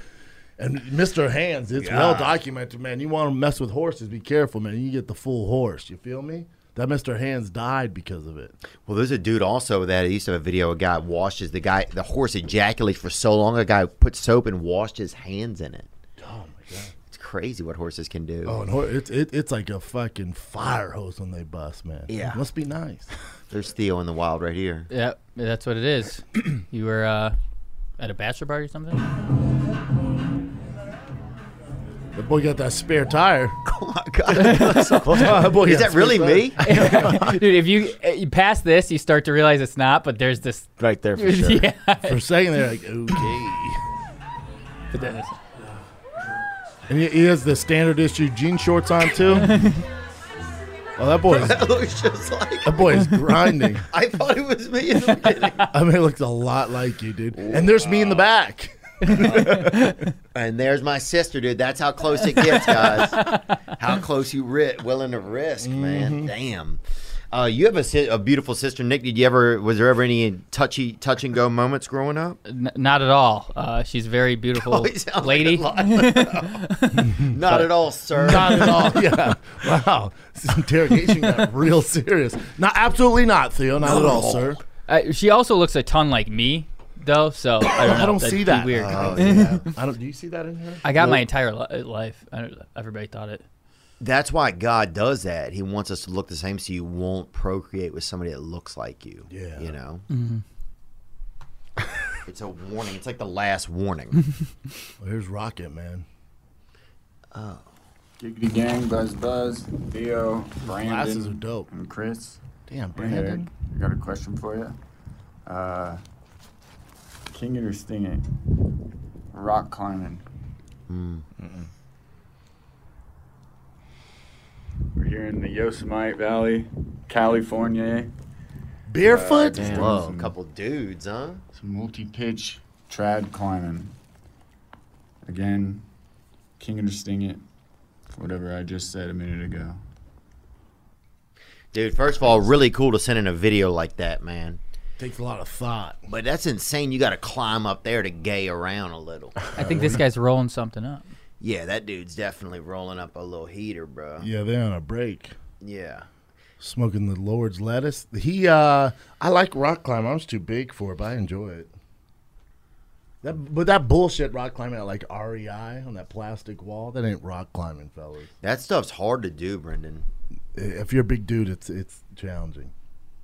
S3: And Mr. Hands, it's well
S2: God.
S3: documented, man. You want to mess with horses, be careful, man. You get the full horse. You feel me? That Mr. Hands died because of it.
S2: Well, there's a dude also that he used to have a video. A guy washes the guy. The horse ejaculates for so long. A guy put soap and washed his hands in it.
S3: Oh
S2: my god, it's crazy what horses can do.
S3: Oh, and hor- it's it, it's like a fucking fire hose when they bust, man.
S2: Yeah.
S3: must be nice.
S2: There's Theo in the wild right here.
S5: Yep, that's what it is. you were uh, at a bachelor party or something?
S3: The boy got that spare tire.
S2: Oh my
S3: that boy got spare tire.
S5: Dude, if you, eh, you pass this, you start to realize it's not, but there's this
S16: right there for sure.
S5: yeah.
S3: For a second, they're like, okay.
S5: But then it's-
S3: And he, he has the standard issue jean shorts on too. oh, that boy. Is,
S2: That looks just like
S3: That boy is grinding.
S2: I thought it was me. in the beginning.
S3: I mean, it looks a lot like you, dude. And there's me in the back.
S2: and there's my sister, dude. That's how close it gets, guys. how close you ri- willing to risk, man. Damn. Uh, you have a, si- a beautiful sister, Nick. Did you ever? Was there ever any touchy, touch and go moments growing up?
S5: N- not at all. Uh, she's a very beautiful
S2: Oh, he sounds like
S5: lady.
S2: a Not at all, sir.
S3: Not at all. Oh, Yeah. Wow. This interrogation got real serious. Not absolutely not, Theo. Not at all, sir.
S5: Uh, she also looks a ton like me, though. So I don't, know.
S3: I don't
S5: That'd
S3: see
S5: be
S3: that.
S5: Weird.
S3: Oh, yeah. I don't. Do you see that in her?
S5: I got my
S3: Nope.
S5: entire li- uh, life. I don't, everybody thought it.
S2: That's why God does that. He wants us to look the same, so you won't procreate with somebody that looks like you. Yeah, you know.
S5: Mhm.
S2: it's a warning. It's like the last warning.
S3: Well, here's Rocket, man.
S2: Oh.
S13: Giggity gang, buzz buzz, Theo, Brandon,
S3: Glasses are dope.
S13: and Chris.
S3: Damn,
S13: Hey, Eric,
S3: Brandon.
S13: I got a question for you. Uh, king it or sting it? Rock climbing. We're here in the Yosemite Valley, California.
S3: Barefoot?
S17: Damn. Whoa, a couple dudes, huh?
S13: Some multi-pitch trad climbing. Again, king of the sting it. Whatever I just said a minute ago.
S17: Dude, first of all, really cool to send in a video like that, man.
S3: Takes a lot of thought.
S2: But that's insane. You got to climb up there to gay around a little.
S3: Uh,
S5: I think this guy's rolling something up.
S2: Yeah, that dude's definitely rolling up a little heater, bro.
S3: Yeah, they're on a break.
S2: Yeah.
S3: Smoking the Lord's lettuce. He, uh, I like rock climbing. I was too big for it, but I enjoy it. That, but that bullshit rock climbing at like REI on that plastic wall, that ain't rock climbing, fellas.
S2: That stuff's hard to do, Brendan.
S3: If you're a big dude, it's it's challenging.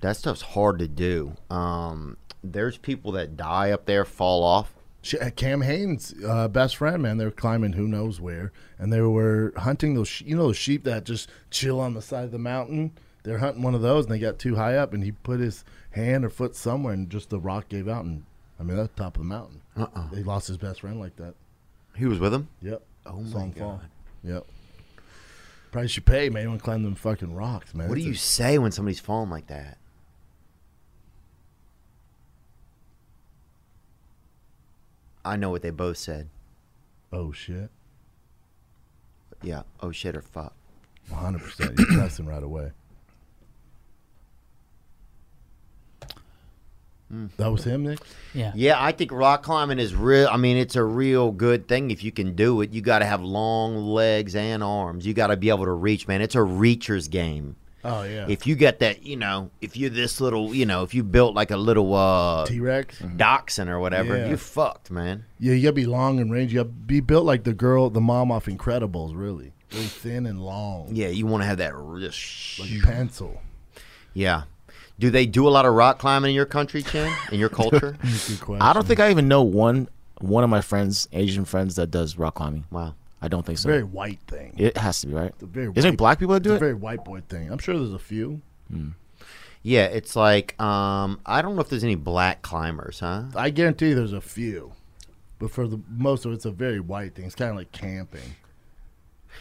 S2: That stuff's hard to do. Um, there's people that die up there, fall off.
S3: Sh- uh, Cam Haynes' uh, best friend, man, they were climbing who knows where, and they were hunting those, sh- you know, those sheep that just chill on the side of the mountain. They're hunting one of those, and they got too high up, and he put his hand or foot somewhere, and just the rock gave out, and I mean that's top of the mountain.
S2: Uh-uh.
S3: They lost his best friend like that.
S2: He was with him.
S3: Yep.
S2: Oh
S3: Saw
S2: my
S3: him fall.
S2: god.
S3: Yep. Price you pay, man. You want to climb them fucking rocks, man.
S2: What do
S3: It's
S2: you
S3: a-
S2: say when somebody's falling like that? I know what they both said.
S3: Oh shit.
S2: Yeah. Oh shit or fuck.
S3: 100. percent You're pressing right away. That was him, Nick.
S5: Yeah.
S2: Yeah, I think rock climbing is real. I mean, it's a real good thing if you can do it. You got to have long legs and arms. You got to be able to reach, man. It's a reacher's game.
S3: Oh, yeah.
S2: If you got that, you know, if you're this little, you know, if you built like a little uh
S3: T-Rex
S2: dachshund or whatever,
S3: Yeah.
S2: you fucked, man.
S3: Yeah, you gotta be long and rangy. You gotta be built like the girl, the mom off Incredibles, really. Really thin and long,
S2: Yeah, you want to have that wrist.
S3: like a pencil.
S2: Yeah. Do they do a lot of rock climbing in your country, Chen? In your culture?
S9: I don't think I even know one one of my friends, Asian friends, that does rock climbing.
S2: Wow,
S9: I don't think so.
S3: Very white thing.
S9: It has to be right.
S3: It's a very
S9: Isn't
S3: white-
S9: it black people that do
S3: it's
S9: it?
S3: A very white boy thing. I'm sure there's a few.
S2: Yeah, it's like um, I don't know if there's any black climbers, huh?
S3: I guarantee there's a few, but for the most of it, it's a very white thing. It's kind of like camping.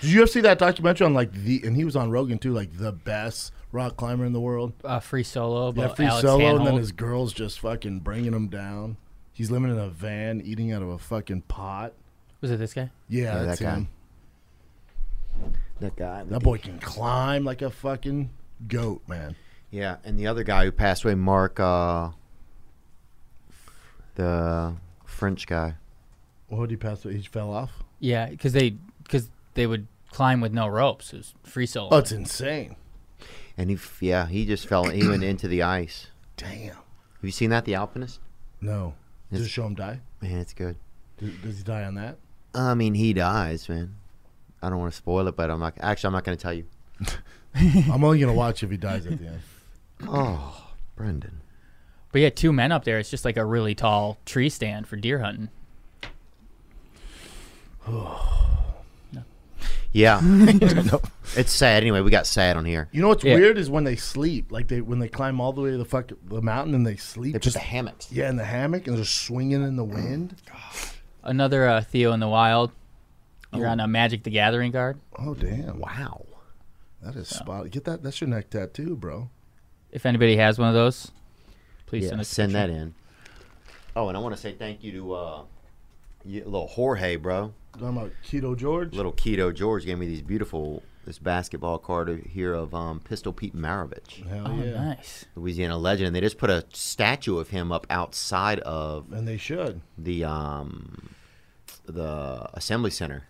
S3: Did you ever see that documentary on like the and he was on Rogan too, like the best rock climber in the world?
S5: Uh, free solo.
S3: Yeah,
S5: About
S3: free
S5: Alex
S3: solo, and then
S5: Hanholt.
S3: his girls just fucking bringing him down. He's living in a van, eating out of a fucking pot.
S5: Was it this guy?
S3: Yeah,
S5: Yeah,
S3: that's
S5: that guy.
S3: him.
S2: That guy.
S3: That boy can climb like a fucking goat, man.
S2: Yeah, and the other guy who passed away, Mark, uh, the French guy.
S3: What did he pass? away? He fell off.
S5: Yeah, because they because they would climb with no ropes. It was free solo.
S3: Oh, it's insane.
S2: And he, f- yeah, he just fell. He went into the ice.
S3: Damn.
S2: Have you seen that, The Alpinist?
S3: No. Did
S2: It's-
S3: it show him die?
S2: Man, it's good.
S3: Does, does he die on that?
S2: I mean, he dies, man. I don't want to spoil it, but I'm not. Actually, I'm not going to tell you.
S3: I'm only gonna watch if he dies at the end.
S2: Oh, Brendan.
S5: But yeah, two men up there. It's just like a really tall tree stand for deer hunting.
S2: Yeah.
S9: No.
S2: It's sad. Anyway, we got sad on here.
S3: You know what's weird is when they sleep, like they when they climb all the way to the fuck the mountain and they sleep.
S2: They put the hammocks.
S3: Yeah, in the hammock and they're swinging in the wind.
S5: Another uh, Theo in the Wild. You're on a Magic the Gathering card.
S3: Oh damn!
S2: Wow,
S3: that is spot. Get that. That's your neck tattoo, bro.
S5: If anybody has one of those, please
S2: Yeah,
S5: send us a
S2: send
S5: picture.
S2: that in. Oh, and I want to say thank you to uh, you, little Jorge, bro.
S3: I'm a keto George.
S2: Little keto George gave me these beautiful this basketball card here of um, Pistol Pete Maravich,
S3: Hell
S5: Oh,
S3: yeah!
S5: nice.
S2: Louisiana legend. And they just put a statue of him up outside of
S3: And they should.
S2: the um, the Assembly Center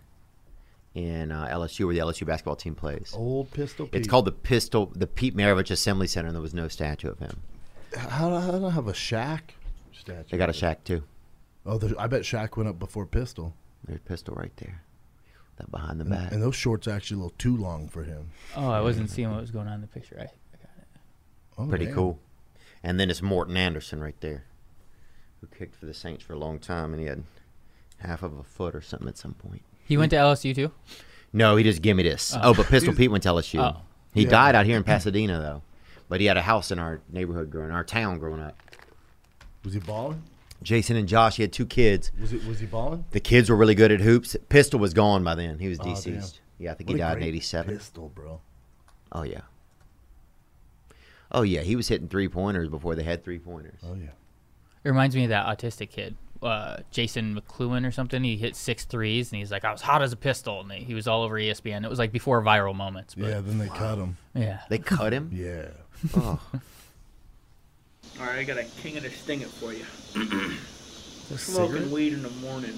S2: in uh, LSU, where the LSU basketball team plays.
S3: Old pistol.
S2: It's called the Pistol, the Pete Maravich Assembly Center, and there was no statue of him.
S3: How how do I have a Shack statue?
S2: They got a shack too.
S3: Oh, the, I bet Shaq went up before Pistol.
S2: There's Pistol right there, that behind the
S3: And,
S2: back.
S3: and those shorts are actually a little too long for him.
S5: Oh, I wasn't seeing what was going on in the picture. I,
S3: Oh,
S2: Pretty
S3: damn.
S2: cool. And then it's Morton Anderson right there, who kicked for the Saints for a long time, and he had half of a foot or something at some point.
S5: he went to LSU too.
S2: No, he just give me this.
S5: Oh.
S2: Oh, but Pistol
S5: He's-
S2: Pete went to LSU.
S5: Oh.
S2: He
S5: Yeah.
S2: died out here in Pasadena though, but he had a house in our neighborhood growing, our town growing up.
S3: Was he balling?
S2: Jason and Josh, he had two kids.
S3: Was it? Was he balling?
S2: The kids were really good at hoops. Pistol was gone by then. He was
S3: Oh, damn.
S2: deceased. yeah, I think
S3: What
S2: he
S3: a
S2: died in
S3: great
S2: '87.
S3: Pistol, bro.
S2: Oh yeah. Oh yeah, he was hitting three pointers before they had three pointers. Oh yeah.
S5: It reminds me of that autistic kid, uh, Jason McLuhan or something. He hit six threes, and he's like, "I was hot as a pistol," and he he was all over E ESPN. It was like before viral moments. But,
S3: Yeah, then they cut him.
S5: Yeah.
S2: They cut him?
S3: Yeah.
S2: Oh.
S1: All right, I got a king of the sting it for you. Smoking
S3: A cigarette?
S1: weed in the morning.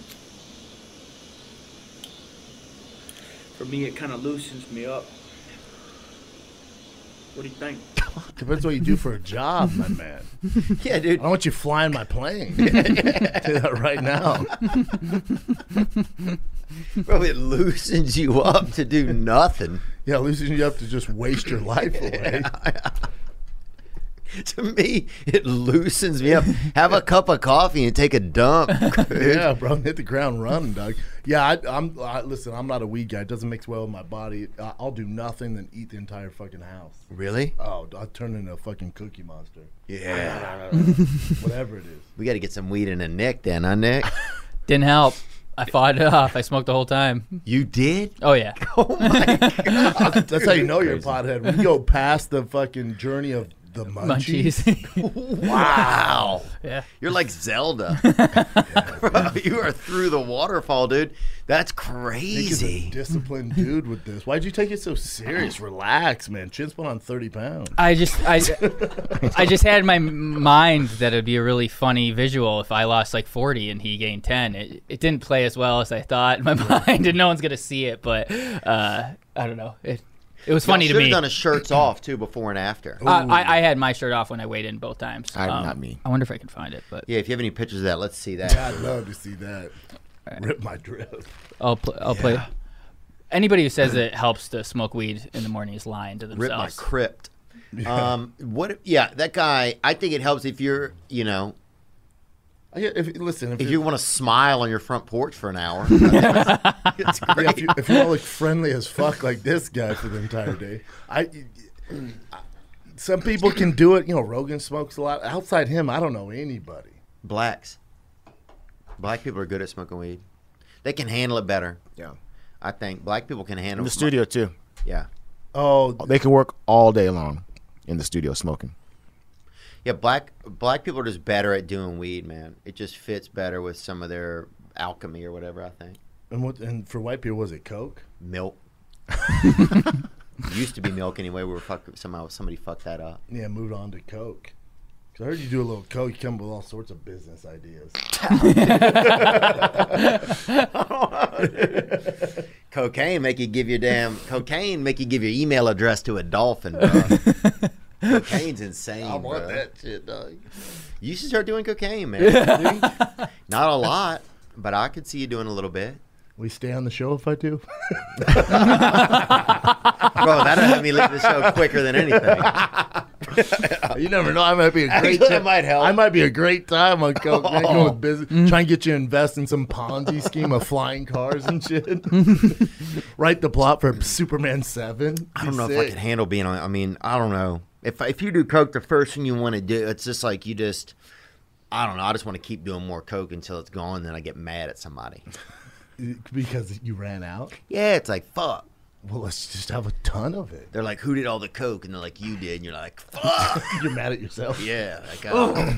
S1: For me, it kind of loosens me up. What do you think?
S3: Depends what you do for a job, my man.
S2: Yeah, dude.
S3: I want you flying my plane. Do that right now.
S2: Bro, it loosens you up to do nothing.
S3: Yeah, loosens you up to just waste your life away.
S2: to me, it loosens me up. Have a cup of coffee and take a dump.
S3: yeah, bro, hit the ground running, dog. Yeah, I, I'm. I, listen, I'm not a weed guy. It doesn't mix well with my body. I, I'll do nothing than eat the entire fucking house.
S2: Really?
S3: Oh, I turn into a fucking cookie monster.
S2: Yeah.
S3: whatever it is.
S2: We got to get some weed in a Nick then, huh, Nick?
S5: Didn't help. I fought it off. I smoked the whole time.
S2: You did?
S5: Oh yeah.
S2: Oh my
S5: god.
S3: That's how you know you're a pothead. When you go past the fucking journey of the munchies.
S2: Wow.
S5: Yeah.
S2: You're like Zelda. Bro, you are through the waterfall, dude. That's
S3: Nick is
S2: crazy.
S3: a disciplined dude with this. Why'd you take it so serious? Relax, man. Chin's put on 30 pounds.
S5: I just I I just had in my mind that it'd be a really funny visual if I lost like 40 and he gained 10. It, it didn't play as well as I thought in my mind, and no one's gonna see it. But uh, I don't know. It it was
S2: Y'all
S5: funny to
S2: should've
S5: me.
S2: done a shirts off too before and after.
S5: Uh, I, I had my shirt off when I weighed in both times. Um,
S2: I- not me.
S5: I wonder if I can find it, but
S2: yeah, if you have any pictures of that, let's see that.
S3: Yeah, I'd love to see that. Rip my drip.
S5: I'll pl- I'll play. Anybody who says it helps to smoke weed in the morning is lying to
S2: Rip my
S5: themselves.
S2: crypt. Um, what? Yeah, that guy. I think it helps if you're, you know,
S3: Oh, Yeah, if, listen, if,
S2: if
S3: you're-
S2: you want to smile on your front porch for an hour. it's great.
S3: Yeah, if you, if you want to look friendly as fuck like this guy for the entire day, I. I- some people can do it. You know, Rogan smokes a lot. Outside him, I don't know anybody.
S2: blacks, black people are good at smoking weed. They can handle it better.
S9: Yeah,
S2: I think black people can handle
S9: in the
S2: it.
S9: studio too.
S2: Yeah.
S3: Oh,
S9: They can work all day long in the studio smoking.
S2: Yeah, black black people are just better at doing weed, man. It just fits better with some of their alchemy or whatever. I think
S3: And what? And for white people, was it Coke?
S2: milk. Used to be milk anyway. We were fuck somehow somebody fucked that up.
S3: Yeah, moved on to Coke. 'Cause I heard you do a little Coke. You come up with all sorts of business ideas.
S2: cocaine make you give your damn cocaine make you give your email address to a dolphin. Bro. Cocaine's insane.
S3: I want
S2: bro.
S3: that shit, dog.
S2: You should start doing cocaine, man. Not a lot, but I could see you doing a little bit.
S3: We stay on the show if I do.
S2: Bro, that'll have me leave the show quicker than anything.
S3: you never know. I might be a great.
S2: Actually,
S3: ti-
S2: it might help.
S3: I might be a great time on coke. man, going
S2: Oh.
S3: with business, trying to get you to invest in some Ponzi scheme of flying cars and shit. Write the plot for Superman Seven.
S2: I don't know if I could handle being on. I mean, I don't know. If if you do coke, the first thing you want to do, it's just like you just, I don't know. I just want to keep doing more coke until it's gone. Then I get mad at somebody.
S3: can because you ran out.
S2: Yeah, it's like fuck.
S3: Well, let's just have a ton of it.
S2: They're like, who did all the coke? And they're like, you did. And you're like, fuck.
S3: You're mad at yourself.
S2: Yeah. Like, uh,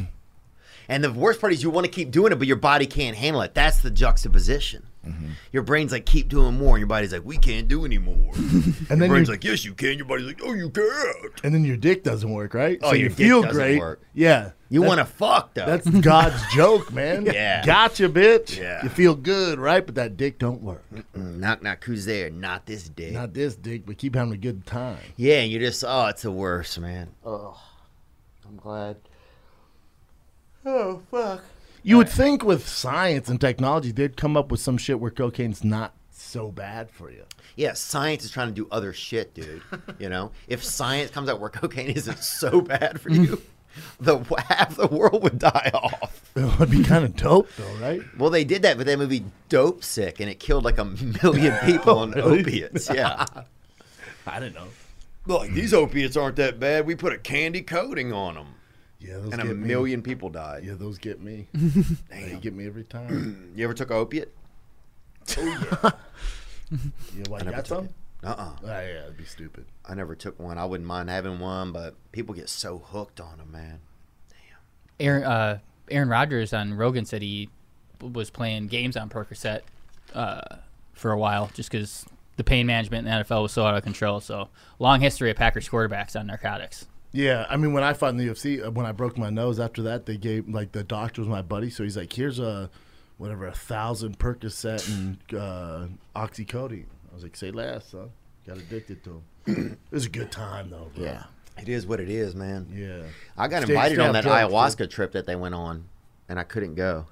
S2: and the worst part is you want to keep doing it, but your body can't handle it. That's the juxtaposition.
S3: Mm-hmm.
S2: Your brain's like, keep doing more, and your body's like, we can't do anymore.
S3: And
S2: your
S3: then
S2: brain's
S3: you-
S2: like, yes, you can. Your body's like, no, you can't.
S3: And then your dick doesn't work, right?
S2: Oh,
S3: So
S2: your
S3: you
S2: dick
S3: feel
S2: doesn't
S3: great.
S2: work.
S3: Yeah.
S2: You
S3: That's-
S2: wanna fuck, though.
S3: That's God's joke, man.
S2: Yeah.
S3: Gotcha, bitch.
S2: Yeah.
S3: You feel good, right? But that dick don't work.
S2: Mm, Knock, knock, who's there? Not this dick.
S3: Not this dick, but keep having a good time.
S2: Yeah, and you're just, oh, it's the worst, man. Oh, I'm glad. Oh, fuck.
S3: You would think with science and technology, they'd come up with some shit where cocaine's not so bad for you.
S2: Yeah, science is trying to do other shit, dude. you know, if science comes out where cocaine isn't so bad for you, the half the world would die off.
S3: It would be kind of dope, though, right?
S2: Well, they did that with that movie Dope Sick, and it killed like a million people on
S3: Oh, Really?
S2: opiates. Yeah.
S3: I don't know.
S2: Look, these opiates aren't that bad. We put a candy coating on them.
S3: Yeah, those
S2: and a
S3: get me.
S2: million people died.
S3: Yeah, those get me. They
S2: Damn.
S3: get me every time.
S2: you ever took an opiate?
S3: Yeah, why,
S2: I
S3: you
S2: never
S3: got
S2: took
S3: some? Ah,
S2: it. Uh-uh.
S3: yeah, it'd be stupid.
S2: I never took one. I wouldn't mind having one, but people get so hooked on them, man.
S5: Aaron uh, Aaron Rodgers on Rogan said he was playing games on Percocet uh, for a while just because the pain management in the NFL was so out of control. So long history of Packers quarterbacks on narcotics.
S3: Yeah, I mean, when I fought in the UFC, uh, when I broke my nose, after that they gave like the doctor was my buddy, so he's like, "Here's a whatever a thousand Percocet and uh, oxycodone." I was like, "Say less, son." Got addicted to them. it was a good time though. Bro.
S2: Yeah. It is what it is, man.
S3: Yeah.
S2: I got
S3: Stay-
S2: invited
S3: stay
S2: on
S3: off
S2: that
S3: drugs,
S2: ayahuasca trip that they went on, and I couldn't go.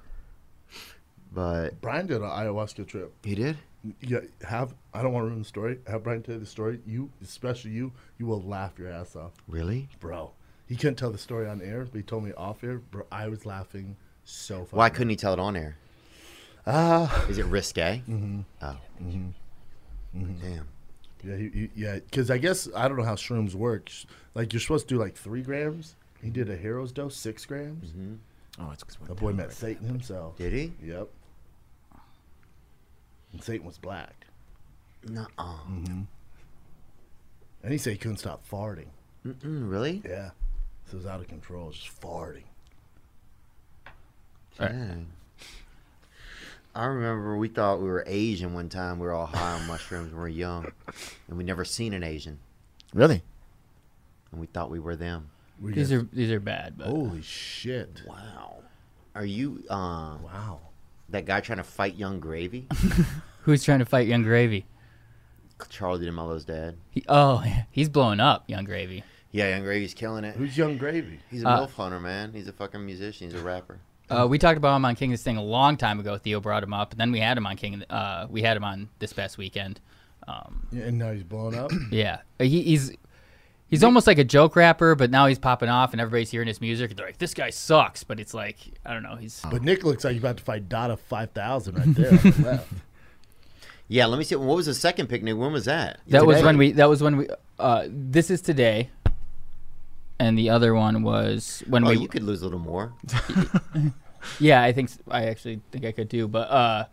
S2: But
S3: Brian did an ayahuasca trip.
S2: He did.
S3: Yeah, have I don't want to ruin the story. Have Brian tell you the story. You, especially you, you will laugh your ass off.
S2: Really?
S3: bro? He couldn't tell the story on air, but he told me off air. Bro, I was laughing so. Fucking
S2: Why couldn't he tell it on air?
S3: Ah.
S2: Is it risque?
S3: Mm-hmm.
S2: Oh.
S3: Mm-hmm.
S2: Damn.
S3: Yeah, he, he, yeah. Because I guess I don't know how shrooms work. Sh- Like you're supposed to do like three grams. He did a hero's dose, six grams.
S2: Mm-hmm.
S9: Oh, it's because
S3: the boy met Satan himself.
S2: Did he?
S3: Yep. And Satan was black.
S2: nuh
S3: Mm-hmm. And he said he couldn't stop farting.
S2: Mm-mm, really?
S3: Yeah. So it was out of control. Just farting.
S2: Dang. I remember we thought we were Asian one time. We were all high on mushrooms when we were young, and we never seen an Asian.
S9: Really?
S2: And we thought we were them.
S3: We These just-
S5: are uh, these are bad. But
S3: holy shit!
S2: Wow. Are you? Uh,
S3: wow.
S2: That guy trying to fight Young Gravy,
S5: Who's trying to fight Young Gravy?
S2: Charlie DeMello's dad.
S5: He, oh, he's blowing up, Young Gravy.
S2: Yeah, Young Gravy's killing it.
S3: Who's Young Gravy?
S2: He's a
S5: Uh,
S2: milf hunter, man. He's a fucking musician. He's a rapper.
S5: Uh, we talked about him on King of the Sting a long time ago. Theo brought him up, and then we had him on King. of the- Uh, we had him on this past weekend. Um,
S3: Yeah, and now he's blown up.
S5: yeah, he, he's he's almost like a joke rapper, but now he's popping off, and everybody's hearing his music. And they're like, "This guy sucks," but it's like I don't know. He's
S3: But Nick looks like he's about to fight Dada five thousand right there. on the left.
S2: Yeah, let me see. What was the second picnic? When was that?
S5: that was when we. That was when we. Uh, this is today, and the other one was when
S2: oh,
S5: we.
S2: you could lose a little more.
S5: yeah, I think s- I actually think I could too, but uh,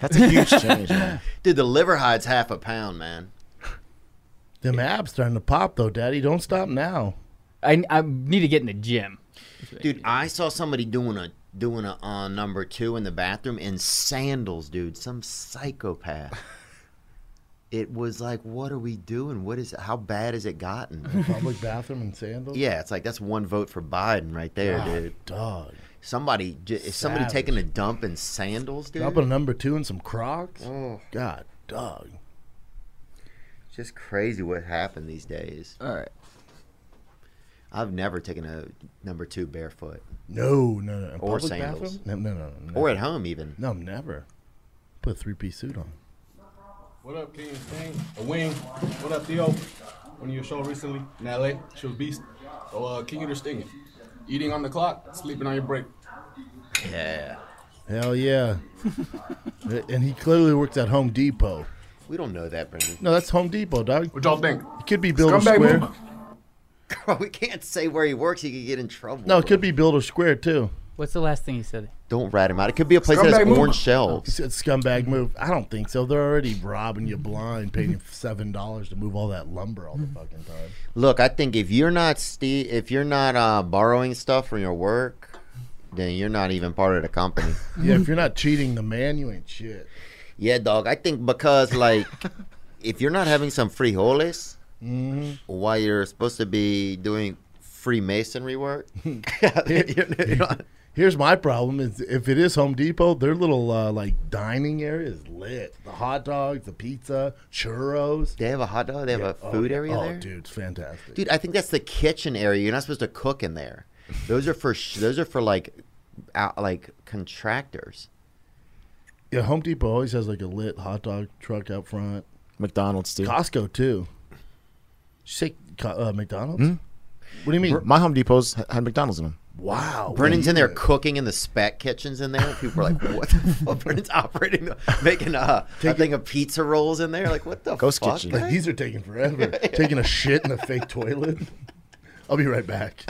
S9: that's a huge change, man.
S2: Dude, the liver hide's half a pound, man.
S3: Them abs starting to pop though, Daddy. Don't stop now.
S5: I, I need to get in the gym.
S2: Dude, I saw somebody doing a doing a uh, number two in the bathroom in sandals, dude. Some psychopath. it was like, what are we doing? What is? How bad has it gotten?
S3: Public bathroom and sandals.
S2: yeah, it's like that's one vote for Biden right there,
S3: Ah,
S2: dude.
S3: Dog.
S2: Somebody j- is somebody
S3: Savage.
S2: taking a dump in sandals, dude?
S3: Dropping a number two and some Crocs.
S2: Oh.
S3: God, dog.
S2: Just crazy what happened these days.
S5: All right.
S2: I've never taken a number two barefoot.
S3: No, no, no. In
S2: Or
S3: public
S2: sandals.
S3: bathroom? No, no, no, no.
S2: Or at home, even.
S3: No, never. Put a three piece suit on.
S10: What up, King Sting? A wing. What up, Theo? One of your show recently in LA. She was beast. So, uh, King of the Sting. Eating on the clock, sleeping on your break.
S2: Yeah.
S3: Hell yeah. and he clearly works at Home Depot.
S2: We don't know that, Brendan.
S3: No, that's Home Depot, dog.
S10: What y'all think?
S3: It could be Builder
S10: Scumbag
S3: Square.
S10: move.
S2: we can't say where he works. He could get in trouble.
S3: No, it could be Builder Square too.
S5: What's the last thing he said?
S2: Don't rat him out. It could be a place that has orange shelves.
S3: He said scumbag move. I don't think so. They're already robbing you blind, paying you seven dollars to move all that lumber
S10: Hmm.
S3: all the fucking time.
S2: Look, I think if you're not ste- if you're not uh, borrowing stuff from your work, then you're not even part of the company.
S3: Yeah, if you're not cheating the man, you ain't shit.
S2: yeah, dog. I think because like if you're not having some frijoles
S3: Mhm.
S2: while you're supposed to be doing Freemasonry work, you're- you're not-
S3: Here's my problem: is if it is Home Depot, their little uh, like dining area is lit. The hot dogs, the pizza, churros.
S2: They have a hot dog. They have a food area
S3: Oh,
S2: there?
S3: dude, it's fantastic.
S2: dude, I think that's the kitchen area. You're not supposed to cook in there. Those are for sh- those are for like out, like contractors.
S3: Yeah, Home Depot always has like a lit hot dog truck out front.
S9: McDonald's too.
S3: Costco too. Did you say Co- uh, McDonald's?
S9: Hmm?
S3: What do you mean?
S9: My Home Depot's ha- had McDonald's in them.
S3: Wow.
S2: Brennan's in there cooking in the spat kitchens in there. People are like, "What the fuck?" Brennan's operating, the- making a, a thing of pizza rolls in there. Like, what the
S9: Ghost
S2: fuck?
S9: kitchen.
S2: man?
S3: These are taking forever. Taking a shit in a fake toilet. I'll be right back.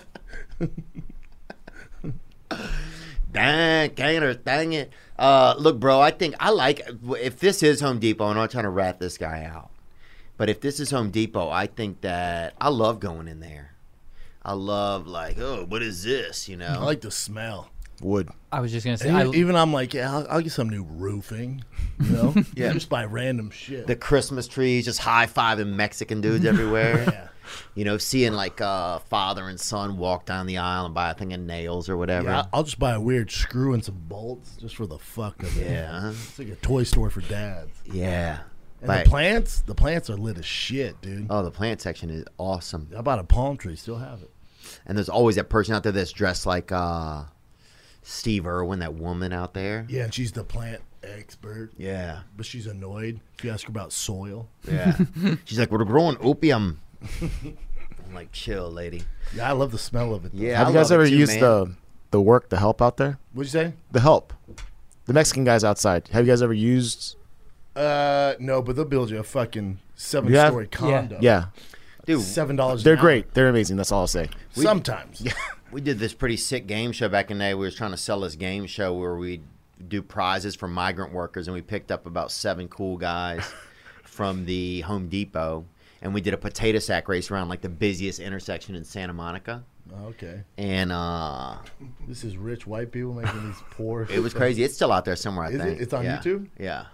S2: Dang, gainer, dang it. Uh, look, bro, I think I like if this is Home Depot, and I'm not trying to rat this guy out, But if this is Home Depot, I think that I love going in there. I love like, oh, what is this? You know,
S3: I like the smell.
S9: Wood.
S5: I was just gonna say,
S3: And
S5: I,
S3: E-, even, even I'm like, yeah, I'll, I'll get some new roofing. You know,
S2: Yeah.
S3: just buy random shit.
S2: the Christmas trees, just high fiving Mexican dudes everywhere. You know, seeing like uh, father and son walk down the aisle and buy a thing of nails or whatever.
S3: Yeah, I- I'll just buy a weird screw and some bolts just for the fuck of it.
S2: Yeah.
S3: it's like a toy store for dads.
S2: Yeah.
S3: And
S2: Like-
S3: the plants, the plants are lit as shit, dude.
S2: Oh, the plant section is awesome.
S3: I bought a palm tree, still have it.
S2: And there's always that person out there that's dressed like uh, Steve Irwin, that woman out there.
S3: Yeah, and she's the plant expert.
S2: Yeah.
S3: but she's annoyed if you ask her about soil.
S2: Yeah. She's like, we're growing opium. I'm like, chill, lady.
S3: Yeah, I love the smell of it. though.
S2: Yeah.
S9: Have
S2: I
S9: you guys
S2: love it
S9: ever
S2: too,
S9: used
S2: man.
S9: the the work, the help out there?
S3: What'd you say?
S9: The help, the Mexican guys outside. Have you guys ever used?
S3: Uh, no, but they'll build you a fucking seven
S9: You have-
S3: story condo.
S9: Yeah,
S2: Dude,
S3: seven dollars.
S9: They're great. They're amazing. That's all I'll say.
S2: We-
S3: Sometimes. Yeah.
S2: We did this pretty sick game show back in the day. We was trying to sell this game show where we do prizes for migrant workers, and we picked up about seven cool guys from the Home Depot, and we did a potato sack race around like the busiest intersection in Santa Monica.
S3: Okay.
S2: And uh,
S3: This is rich white people making these poor.
S2: it was crazy. It's still out there somewhere, I
S3: Is it?
S2: think.
S3: It's on
S2: Yeah.
S3: YouTube?
S2: Yeah.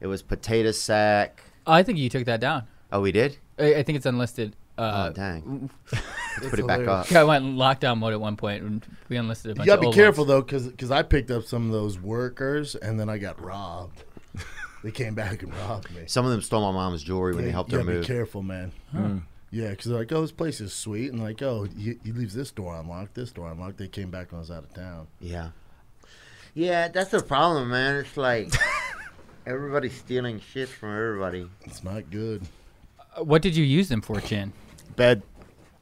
S2: It was potato sack.
S5: I think you took that down.
S2: Oh, we did?
S5: I, I think it's unlisted. Uh,
S2: oh, dang. Let's
S3: That's
S2: put it back up.
S3: hilarious.
S5: I went in lockdown mode at one point, and we unlisted a
S3: You
S5: bunch
S3: gotta
S5: of
S3: be
S5: old
S3: careful
S5: ones.
S3: though, because I picked up some of those workers and then I got robbed. they came back and robbed me.
S2: Some of them stole my mom's jewelry when
S3: Yeah,
S2: they helped
S3: you
S2: her
S3: gotta
S2: move.
S3: Be careful, man.
S2: Hmm.
S3: Yeah, because they're like, oh, this place is sweet, and like, oh, he, he leaves this door unlocked, this door unlocked. They came back when I was out of town.
S2: Yeah. Yeah, that's the problem, man. It's like everybody's stealing shit from everybody.
S3: It's not good.
S5: Uh, What did you use them for, Chin?
S9: Bed,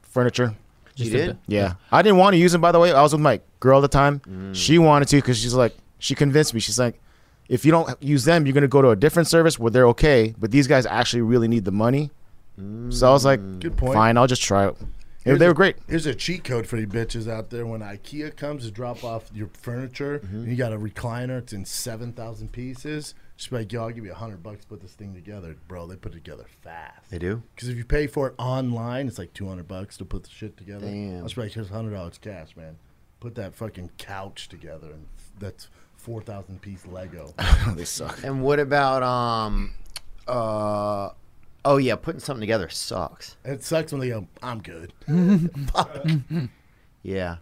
S9: furniture.
S5: Just You a did? bed.
S9: Yeah, I didn't want to use them. By the way, I was with my girl at the time.
S3: Mm.
S9: She wanted to because she's like, she convinced me. She's like, if you don't use them, you're gonna go to a different service where they're okay, but these guys actually really need the money. So I was like,
S3: Mm. Good point.
S9: Fine, I'll just try it.
S3: Here's
S9: they
S3: a-
S9: were great.
S3: Here's a cheat code for you bitches out there. When IKEA comes to drop off your furniture, and you got a recliner. It's in seven thousand pieces. Just be like, yo, I'll give you a hundred bucks. to Put this thing together, bro. They put it together fast.
S2: They do?
S3: Because if you pay for it online, it's like two hundred bucks to put the shit together.
S2: Damn.
S3: I was like, here's hundred dollars cash, man. Put that fucking couch together, and that's four thousand piece Lego.
S9: they suck.
S2: And what about um uh oh yeah, putting something together sucks.
S3: It sucks when they go, I'm good. Fuck.
S2: Yeah.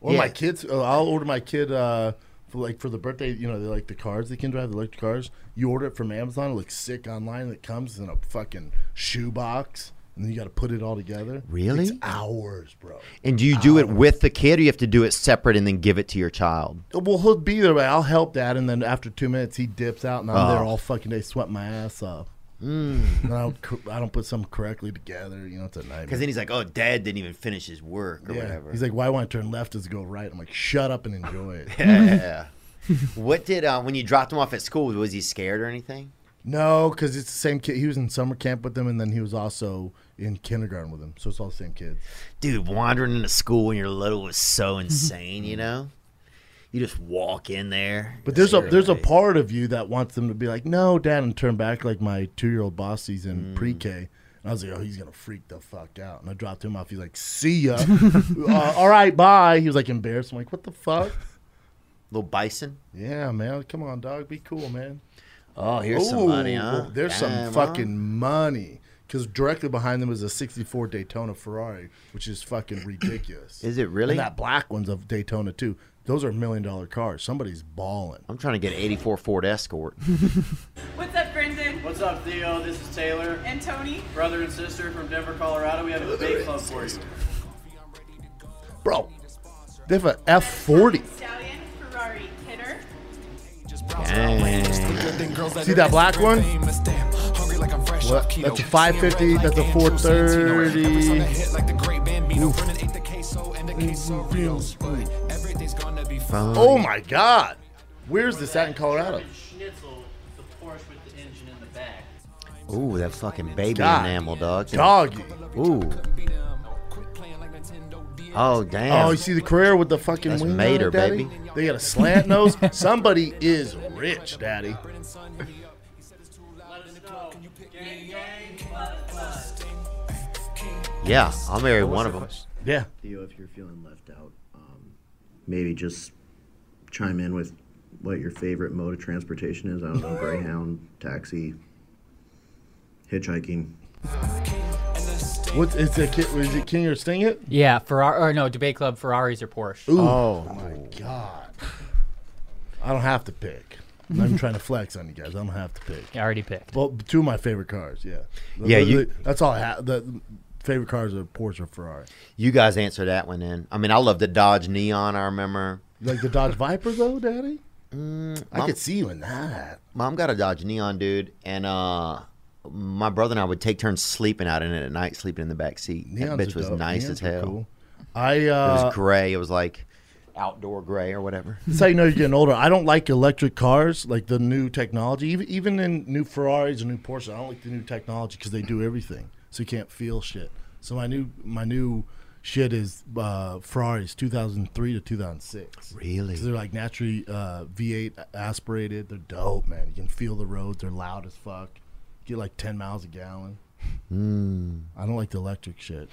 S3: Or
S2: yeah.
S3: my kids, uh, I'll order my kid uh, for like for the birthday. You know, they like the cars they can drive. They like the cars. You order it from Amazon. It looks sick online. It comes in a fucking shoebox, and then you got to put it all together.
S2: Really?
S3: It's hours, bro.
S2: And do you do
S3: Oh.
S2: it with the kid or you have to do it separate and then give it to your child?
S3: Well, he'll be there, but I'll help dad. And then after two minutes, he dips out, and I'm there
S2: Oh. Hmm.
S3: all fucking day, sweating my ass off. And I don't, cor- I don't put something correctly together. You know, it's a nightmare.
S2: Because then he's like, Oh, dad didn't even finish his work or
S3: Yeah.
S2: whatever.
S3: He's like, "Why want to turn left is go right?" I'm like, "Shut up and enjoy it."
S2: Yeah.
S3: "Mm-hmm."
S2: what did uh, when you dropped him off at school, was he scared or anything?
S3: No, because it's the same kid. He was in summer camp with them, and then he was also in kindergarten with them. So it's all the same kids.
S2: dude, wandering into school when you're little was so insane, you know? You just walk in there.
S3: But there's a there's a part of you that wants them to be like, no, dad, and turn back like my two year old boss. He's in pre K, and I was like, oh, he's gonna freak the fuck out. And I dropped him off. He's like, see ya. uh, all right, bye. He was like embarrassed. I'm like, what the fuck?
S2: little bison.
S3: Yeah, man. Come on, dog. Be cool, man.
S2: Oh, here's
S3: Ooh,
S2: somebody, huh?
S3: There's
S2: Damn,
S3: some
S2: huh?
S3: fucking money. Because directly behind them is a 64 Daytona Ferrari, which is fucking ridiculous.
S2: Is it really?
S3: And that black one's of Daytona, too. Those are million dollar cars. Somebody's balling.
S2: I'm trying to get an 84 Ford Escort.
S18: What's up, Brendan? What's up, Theo? This is Taylor. And Tony. Brother and sister from Denver, Colorado. We have a big club for you.
S3: Bro, they have an F40.
S18: Stallion, Ferrari, Kidder.
S3: See that black one? What? That's a 550. That's a 430. Oh my God. Where's this at in Colorado?
S18: Schnitzel, the Porsche with the engine in the back.
S2: Ooh, that fucking baby
S3: God.
S2: enamel, dog.
S3: Doggy.
S2: Ooh. Oh, damn.
S3: Oh, you see the career with the fucking
S2: That's
S3: wing on
S2: Mater,
S3: it, daddy?
S2: baby.
S3: They got a slant nose. Somebody is rich, daddy.
S18: Let us know. Gang, gang.
S2: Yeah, I'll marry one of them.
S3: Yeah.
S18: Theo, if you're feeling left out, um, maybe just chime in with what your favorite mode of transportation is. I don't know, Greyhound, taxi, hitchhiking.
S3: What is it? Ki- Is it King or Sting it?
S5: Yeah, Ferrari or no debate club Ferraris or Porsche.
S3: Ooh. Oh. my God. I don't have to pick. I'm not even trying to flex on you guys. I don't have to pick.
S5: I already picked.
S3: Well, two of my favorite cars. Yeah.
S2: Yeah, you-
S3: that's all I have. The favorite cars are Porsche or Ferrari.
S2: You guys answer that one in. I mean, I love the Dodge Neon. I remember.
S3: You Like the Dodge Viper, though, Daddy. I
S2: Mm, Mom-
S3: could see you in that.
S2: Mom got a Dodge Neon, dude, and uh, my brother and I would take turns sleeping out in it at night, sleeping in the back seat.
S3: Neons
S2: that bitch
S3: are
S2: was
S3: dope.
S2: nice
S3: Neons
S2: as
S3: are
S2: hell.
S3: cool. I
S2: it
S3: uh,
S2: was gray. It was like outdoor gray or whatever.
S3: That's how you know you're getting older. I don't like electric cars, like the new technology. Even even in new Ferraris and new Porsches, I don't like the new technology because they do everything, so you can't feel shit. So my new my new shit is uh, Ferraris, 2003 to 2006.
S2: Really?
S3: 'Cause they're like naturally uh, V8 aspirated. They're dope, man. You can feel the roads. They're loud as fuck. Get like 10 miles a gallon.
S2: Mm.
S3: I don't like the electric shit.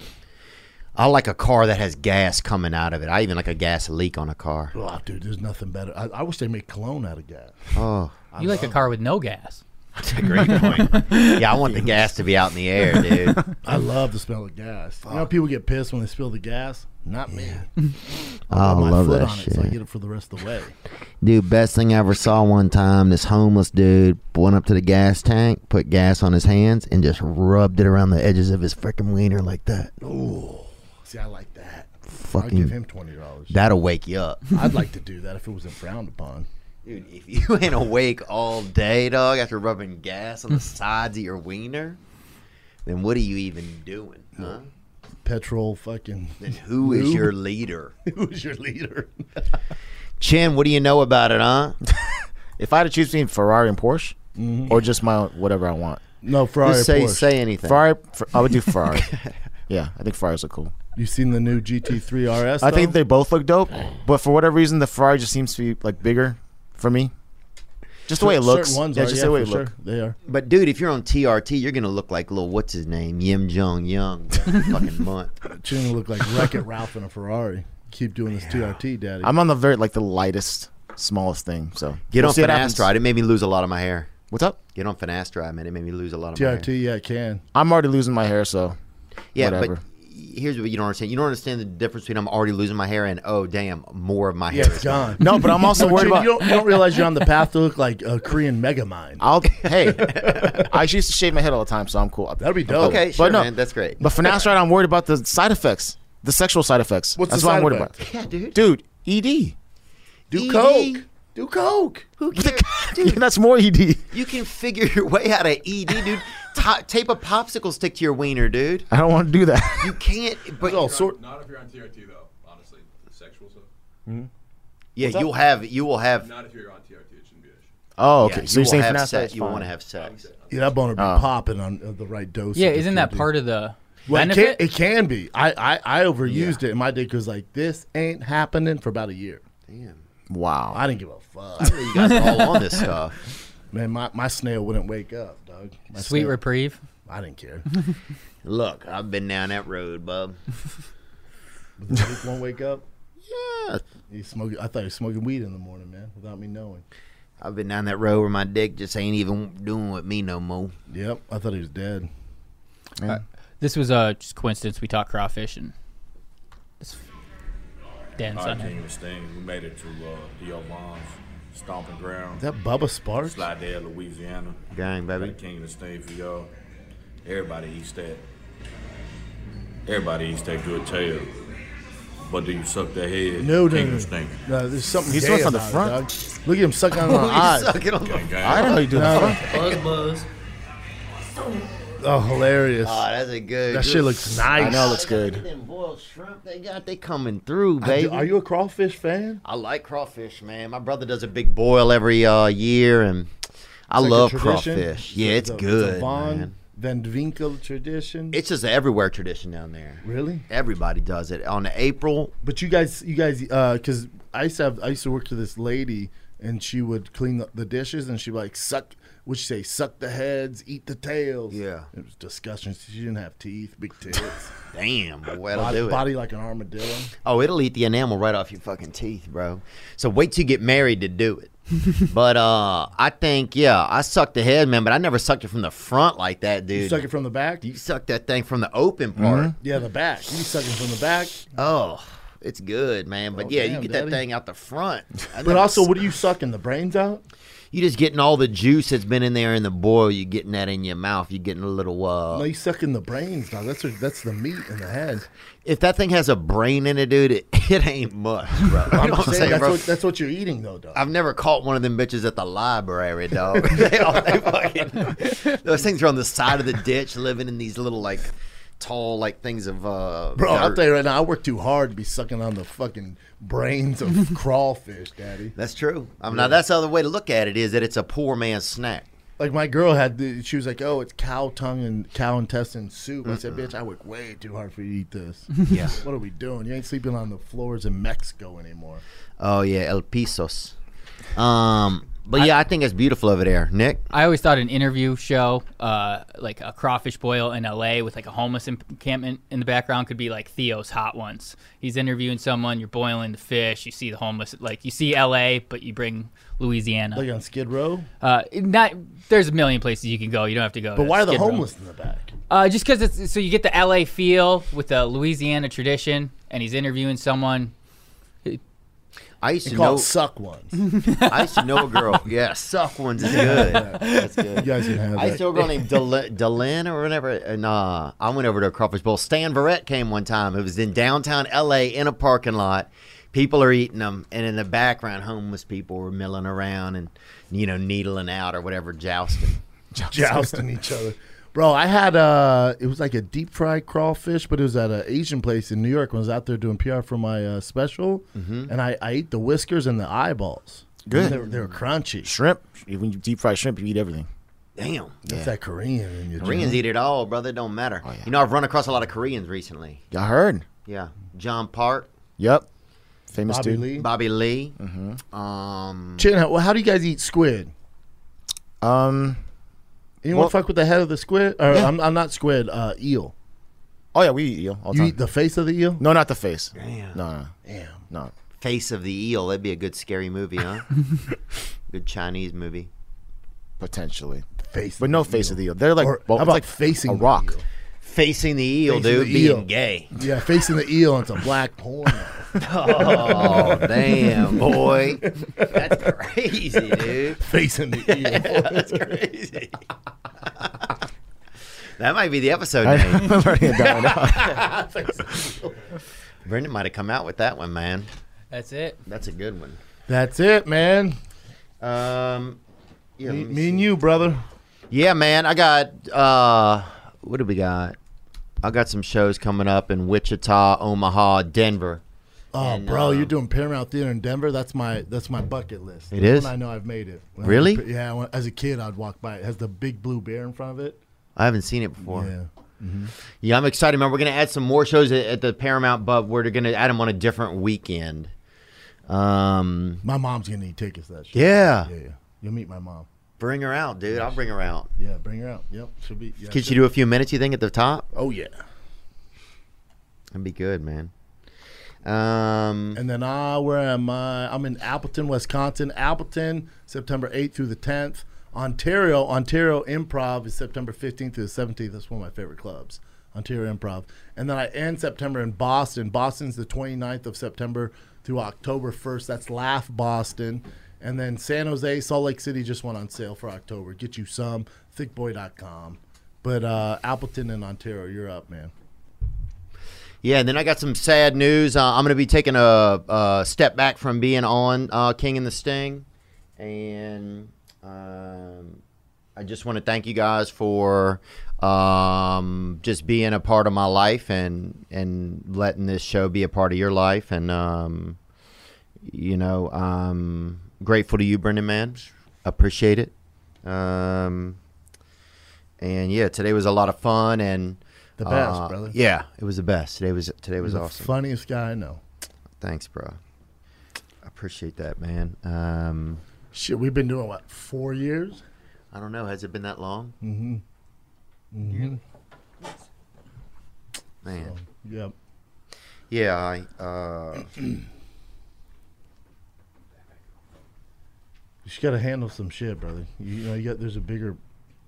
S2: I like a car that has gas coming out of it. I even like a gas leak on a car.
S3: Oh, dude, there's nothing better. I, I wish they made cologne out of gas.
S2: Oh,
S3: I
S5: you like a
S3: love
S5: car with no gas.
S2: That's a great point. yeah, I want the gas to be out in the air, dude.
S3: I love the smell of gas. You know, how people get pissed when they spill the gas. Not me.
S2: I
S3: put my
S2: love
S3: foot
S2: that
S3: on It, so I
S2: shit.
S3: get it for the rest of the way.
S2: Dude, best thing I ever saw one time, this homeless dude went up to the gas tank, put gas on his hands, and just rubbed it around the edges of his freaking wiener like that.
S3: Ooh, see, I like that.
S2: Fucking,
S3: I'd give him twenty dollars.
S2: That'll wake you up.
S3: I'd like to do that if it wasn't frowned upon.
S2: Dude, if you ain't awake all day, dog, after rubbing gas on the sides of your wiener, then what are you even doing, huh?
S3: Petrol, fucking.
S2: Then who is
S3: lube.
S2: your leader?
S3: who is your leader?
S2: Chin, what do you know about it, huh?
S9: if I had to choose between Ferrari and Porsche,
S3: Mhm.
S9: or just my own, whatever I want.
S3: No, Ferrari
S9: Just
S3: or
S9: say,
S3: Porsche.
S9: say anything. Ferrari. Fer- I would do Ferrari. yeah, I think Ferraris are cool.
S3: You seen the new GT3 RS?
S9: I think
S3: though?
S9: they both look dope, but for whatever reason, the Ferrari just seems to be like bigger for me. Just the way it
S3: Certain
S9: looks.
S3: ones
S9: yeah,
S3: are,
S9: just
S3: yeah,
S9: the
S3: for
S9: way it look.
S3: sure. They are.
S2: But dude, if you're on TRT, you're gonna look like little what's his name, Yim Jong Young, fucking month.
S3: Chin look like Wreck It Ralph in a Ferrari. Keep doing this TRT, Daddy.
S9: I'm on the very like the lightest, smallest thing. So
S2: Get
S9: we'll
S2: on
S9: see what happens.
S2: finasteride. It made me lose a lot of my hair.
S9: What's up?
S2: Get on finasteride, man. It made me lose a lot of my hair.
S3: TRT, yeah, it can.
S9: I'm already losing my hair, so
S2: Yeah,
S9: whatever.
S2: but here's what you don't understand. You don't understand the difference between I'm already losing my hair and oh damn, more of my
S3: Yeah,
S2: hair
S3: it's
S2: is gone.
S3: gone. No, Chin, You don't, you don't realize you're on the path to look like a Korean mega mine.
S19: Uh,
S9: I'll hey, I used to shave my head all the time, so I'm cool. That'd
S3: be dope. Okay,
S2: sure, man, that's great.
S9: But for now, right, I'm worried about the side effects, the sexual side effects.
S2: What's
S9: that's
S2: the
S9: what I'm
S2: side
S9: worried
S2: effect? Yeah, dude.
S9: about. Dude, E ED.
S3: Do
S2: ED.
S3: coke. Do coke.
S2: Who cares? Dude,
S9: that's more E ED.
S2: you can figure your way out of ED, dude. Ta tape a popsicle stick to your wiener, dude.
S9: I don't want to do that.
S2: You can't. But
S11: Not if you're on TRT though. Honestly, sexual stuff.
S2: yeah,
S11: What's up?
S2: you'll have you will have.
S11: Not if you're on TRT. It shouldn't be an issue.
S9: Oh, okay.
S2: Yeah,
S9: so you're
S2: you
S9: saying
S2: will
S9: for now,
S2: have sex.
S9: that's
S2: You want
S9: fine.
S2: to have sex.
S3: Yeah, that boner be
S9: Oh.
S3: popping on uh, the right dose.
S5: Yeah,
S3: of
S5: isn't that part of the
S3: Well, it can,
S5: benefit?
S3: it can be. I I, I overused it, and my dick was like, "This ain't happening" for about a year.
S2: Damn.
S9: Wow.
S3: I didn't give a fuck.
S2: I know you guys are all on this stuff.
S3: Man, my, my snail wouldn't wake up, dog. My
S5: Sweet
S3: snail-
S5: reprieve.
S3: I didn't care.
S2: Look, I've been down that road, bub.
S3: the dick won't wake up.
S2: Yeah.
S3: You smoking? I thought you were smoking weed in the morning, man, without me knowing.
S2: I've been down that road where my dick just ain't even doing with me no more.
S3: Yep, I thought he was dead.
S5: Uh, this was a just coincidence. We talked crawfish and this Dan's
S19: All right,
S5: on here.
S19: King of Sting. We made it to uh, D.O. Bombs, Stomping Ground.
S3: Is that Bubba Sparks?
S19: Slidell, Louisiana.
S2: Gang, baby.
S19: Got a King of Sting for y'all. Everybody eats that. Everybody eats that good tail. But do you suck that head?
S3: No, no,
S19: King
S3: no.
S19: of Sting.
S3: no. There's something.
S19: He's
S3: gay
S19: sucking on the
S3: about it,
S19: front.
S3: dog. Look at him sucking on my
S19: He's
S3: eyes.
S19: sucking on the- Gang, gang.
S2: I know how you do the front.
S19: Buzz, buzz.
S3: Oh, hilarious!
S2: Oh, that's a good.
S3: That shit looks nice.
S2: Look at them boiled shrimp they got. They coming through,
S3: I do-
S2: baby.
S3: Are you a crawfish fan?
S2: I like crawfish, man. My brother does a big boil every uh, year, and I
S3: like a
S2: love
S3: tradition.
S2: crawfish. Yeah, it's
S3: a-
S2: good.
S3: It's a Von
S2: man.
S3: Van Winkle tradition.
S2: It's just an everywhere tradition down there.
S3: Really?
S2: Everybody does it on April.
S3: But you guys, you guys, uh, because I used to have, I used to work for this lady, and she would clean the, the dishes, and she'd be like suck. which say suck the heads, eat the tails. Yeah, it was disgusting. She didn't have teeth, big tits.
S2: Damn, boy, that'll
S3: body,
S2: do it.
S3: body like an armadillo.
S2: Oh, it'll eat the enamel right off your fucking teeth, bro. So wait till you get married to do it. but uh, I think yeah, I sucked the head, man. But I never sucked it from the front like that, dude.
S3: You suck it from the back.
S2: You suck that thing from the open part.
S3: Yeah, the back. You suck it from the back.
S2: Oh, it's good, man. But
S3: Oh,
S2: yeah,
S3: damn,
S2: you get
S3: daddy.
S2: that thing out the front. I
S3: But
S2: never
S3: also, what are you sucking? The brains out?
S2: You just getting all the juice that's been in there in the boil. You getting that in your mouth. You getting a little. Uh,
S3: no, you sucking the brains now. That's what, that's the meat in the head.
S2: if that thing has a brain in it, dude, it, it ain't much, bro. I'm
S3: You know what I'm saying?
S2: saying,
S3: that's,
S2: bro.
S3: what, that's what you're eating though, dog.
S2: I've never caught one of them bitches at the library, dog. they all, they fucking, those things are on the side of the ditch, living in these little like tall like things of uh.
S3: Bro, I'll
S2: dirt.
S3: tell you right now, I work too hard to be sucking on the fucking brains of crawfish, daddy.
S2: That's true. I mean,
S3: Yeah.
S2: now that's the other way to look at it is that it's a poor man's snack.
S3: Like my girl had, the, she was like, "Oh, it's cow tongue and cow intestine soup." I said, "Bitch, I work way too hard for you to eat this."
S2: Yeah.
S3: what are we doing? You ain't sleeping on the floors in Mexico anymore.
S2: Oh yeah, el pisos. Um, but yeah, I think it's beautiful over there, Nick.
S5: I always thought an interview show, uh, like a crawfish boil in LA with like a homeless encampment in the background, could be like Theo's Hot Ones. He's interviewing someone, you're boiling the fish, you see the homeless, like you see LA, but you bring Louisiana.
S3: Like on Skid Row.
S5: Uh, not there's a million places you can go. You don't have to go.
S3: But
S5: to
S3: why are the
S5: Skid Row.
S3: homeless in the back?
S5: Uh, just because it's so you get the LA feel with the Louisiana tradition, and he's interviewing someone.
S2: I used
S3: They call it suck ones.
S2: I used to know a girl. Yeah, suck ones is good.
S3: Yeah.
S2: That's good.
S3: You guys can have
S2: I used
S3: that.
S2: to know a girl named Del- Delin or whatever. And uh, I went over to a crawfish bowl. Stan Verrett came one time. It was in downtown L.A. in a parking lot. People are eating them, and in the background, homeless people were milling around and you know needling out or whatever, jousting.
S3: jousting each other. Bro, I had uh it was like a deep fried crawfish, but it was at an Asian place in New York. When I was out there doing PR for my uh, special,
S9: Mhm.
S3: and I, I ate the whiskers and the eyeballs.
S9: Good.
S3: they were, they were crunchy.
S9: Shrimp. Even you deep fry shrimp, you eat everything.
S2: Damn.
S3: That's that Korean in you.
S2: Koreans
S3: Jimmy.
S2: eat it all, brother. It don't
S3: Oh,
S2: matter. You know, I've run across a lot of Koreans recently.
S9: I heard.
S2: Yeah, John Park,
S9: Yep. Famous
S2: Bobby
S9: dude.
S2: Lee. Bobby Lee.
S9: Mm-hmm.
S2: Um,
S3: Chin, how, well, how do you guys eat squid?
S9: Um,
S3: Anyone
S9: well-
S3: fuck with the head of the squid? Or
S9: Yeah.
S3: I'm, I'm not squid, uh, eel.
S9: Oh yeah, we eat eel. All the
S3: you
S9: time.
S3: eat the face of the eel?
S9: No, not the face.
S2: Damn.
S9: No, no.
S3: Damn.
S9: No.
S2: Face of the Eel. That'd be a good scary movie, huh? good Chinese movie.
S9: Potentially.
S3: Face.
S9: But no face of the eel. They're like
S3: Or
S9: well,
S3: how
S9: it's
S3: about
S9: like
S3: facing
S9: a
S3: the
S9: rock.
S2: Facing the eel,
S3: Facing
S2: dude,
S3: the
S2: being
S3: eel.
S2: gay.
S3: Yeah, facing the eel and it's a black porn.
S2: Oh, damn, boy. That's crazy, dude.
S3: Facing the eel.
S2: Yeah, that's crazy. that might be the episode
S9: I- I'm
S2: name.
S9: already dying
S2: Brendan might have come out with that one, man.
S5: That's it.
S2: That's a good one.
S3: That's it, man.
S2: Um,
S3: me,
S2: yeah, let me
S3: me and you, brother.
S2: Yeah, man. I got uh what do we got? I got some shows coming up in Wichita, Omaha, Denver.
S3: Oh,
S2: And,
S3: bro,
S2: uh,
S3: you're doing Paramount Theater in Denver. That's my that's my bucket list.
S2: It
S3: That's
S2: is?
S3: when I know I've made it. When I
S2: Really?
S3: was- yeah. When, as a kid, I'd walk by. It has the big blue bear in front of it.
S2: I haven't seen it before.
S3: Yeah.
S2: Yeah, I'm excited, man. We're gonna add some more shows at, at the Paramount, but we're gonna add them on a different weekend. Um,
S3: My mom's gonna need tickets to that shit.
S2: Yeah.
S3: Yeah. yeah. You'll meet my mom.
S2: bring her out, dude. I'll bring her out.
S3: Yeah. Bring her out. Yep. She'll be. Yeah,
S2: Can she
S3: she'll-
S2: do a few minutes? You think at the top?
S3: Oh yeah.
S2: That'd be good, man. Um,
S3: And then ah, where am I? I'm in Appleton, Wisconsin. Appleton, September 8th through the 10th. Ontario, Ontario Improv is September 15th through the 17th. That's one of my favorite clubs, Ontario Improv. And then I end September in Boston. Boston's the 29th of September through October 1st. That's Laugh Boston. And then San Jose, Salt Lake City just went on sale for October. Get you some, thickboy.com. But uh, Appleton and Ontario, you're up, man.
S2: Yeah, and then I got some sad news. Uh, I'm going to be taking a, a step back from being on uh, King and the Sting, and um, I just want to thank you guys for um, just being a part of my life and and letting this show be a part of your life. And um, you know, I'm grateful to you, Brendan. Man, appreciate it. Um, and yeah, today was a lot of fun and
S3: The
S2: uh,
S3: best, brother.
S2: Yeah, it was the best. Today was today was
S3: You're the
S2: awesome.
S3: Funniest guy I know.
S2: Thanks, bro. I appreciate that, man. Um,
S3: Shit, we've been doing what, four years?
S2: I don't know. Has it been that long?
S15: Mm-hmm. Mm-hmm.
S2: Man.
S15: Yep.
S2: Yeah, I. Uh,
S15: You just gotta handle some shit, brother. You, you know, you got there's a bigger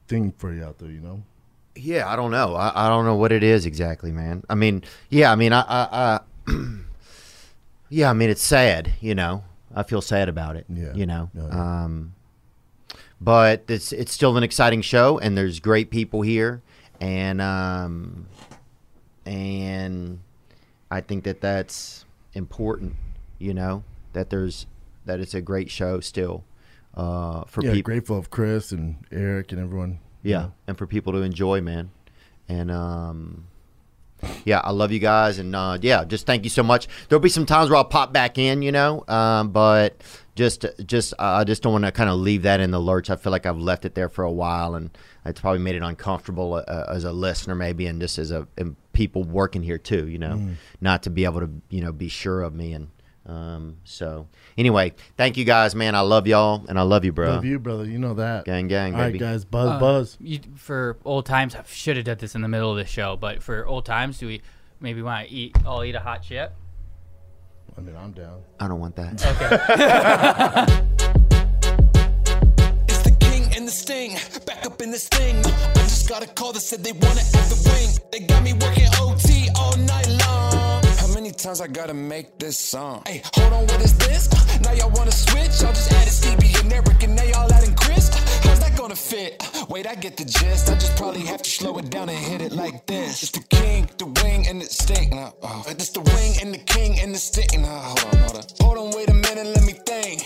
S15: thing for you out there. You know.
S2: yeah, I don't know. I, I don't know what it is exactly, man. I mean, yeah, I mean, I, I, I yeah, I mean, it's sad. You know, I feel sad about it. Yeah. You know. Um, but it's it's still an exciting show, and there's great people here, and um, and I think that that's important. You know that there's that it's a great show still uh, for
S15: yeah,
S2: people.
S15: grateful of Chris and Eric and everyone.
S2: Yeah, and for people to enjoy, man. And um, yeah, I love you guys, and uh, yeah, just thank you so much. There'll be some times where I'll pop back in, you know, um, but just just I I just don't want to kind of leave that in the lurch. I feel like I've left it there for a while, and it's probably made it uncomfortable uh, as a listener, maybe, and just as a and people working here too, you know,
S15: Mm.
S2: not to be able to you know be sure of me and. Um, so anyway, thank you guys, man. I love y'all and I love you, bro.
S15: Love you, brother. You know that.
S2: Gang, gang,
S15: All right,
S2: baby.
S15: guys. Buzz, buzz.
S5: Uh, You, for old times, I should have done this in the middle of the show, but for old times, do we maybe want to eat? All eat a hot chip.
S15: I mean, I'm down.
S2: I don't want that.
S20: king and the sting. Back up in this thing. I just got a call that said they wanna have the wing. They got me working OT all night long. How many times I gotta make this song? Hey, hold on, what is this? Uh, Now y'all wanna switch? Y'all just added Stevie and Eric and now y'all adding Chris. Uh, How's that gonna fit? Uh, Wait, I get the gist. I just probably have to slow it down and hit it like this. It's the king, the wing, and the sting. Nah, oh. It's the wing and the king and the sting. Nah, hold on, hold on. Hold on, wait a minute, let me think.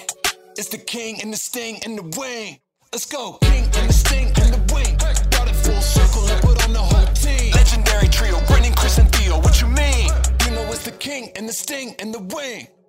S20: It's the king and the sting and the wing. Let's go. King and the sting and the wing. Brought it full circle and put on the whole team. Legendary trio, Brendan, Chris, and Theo. What you mean? You know it's the king and the sting and the wing.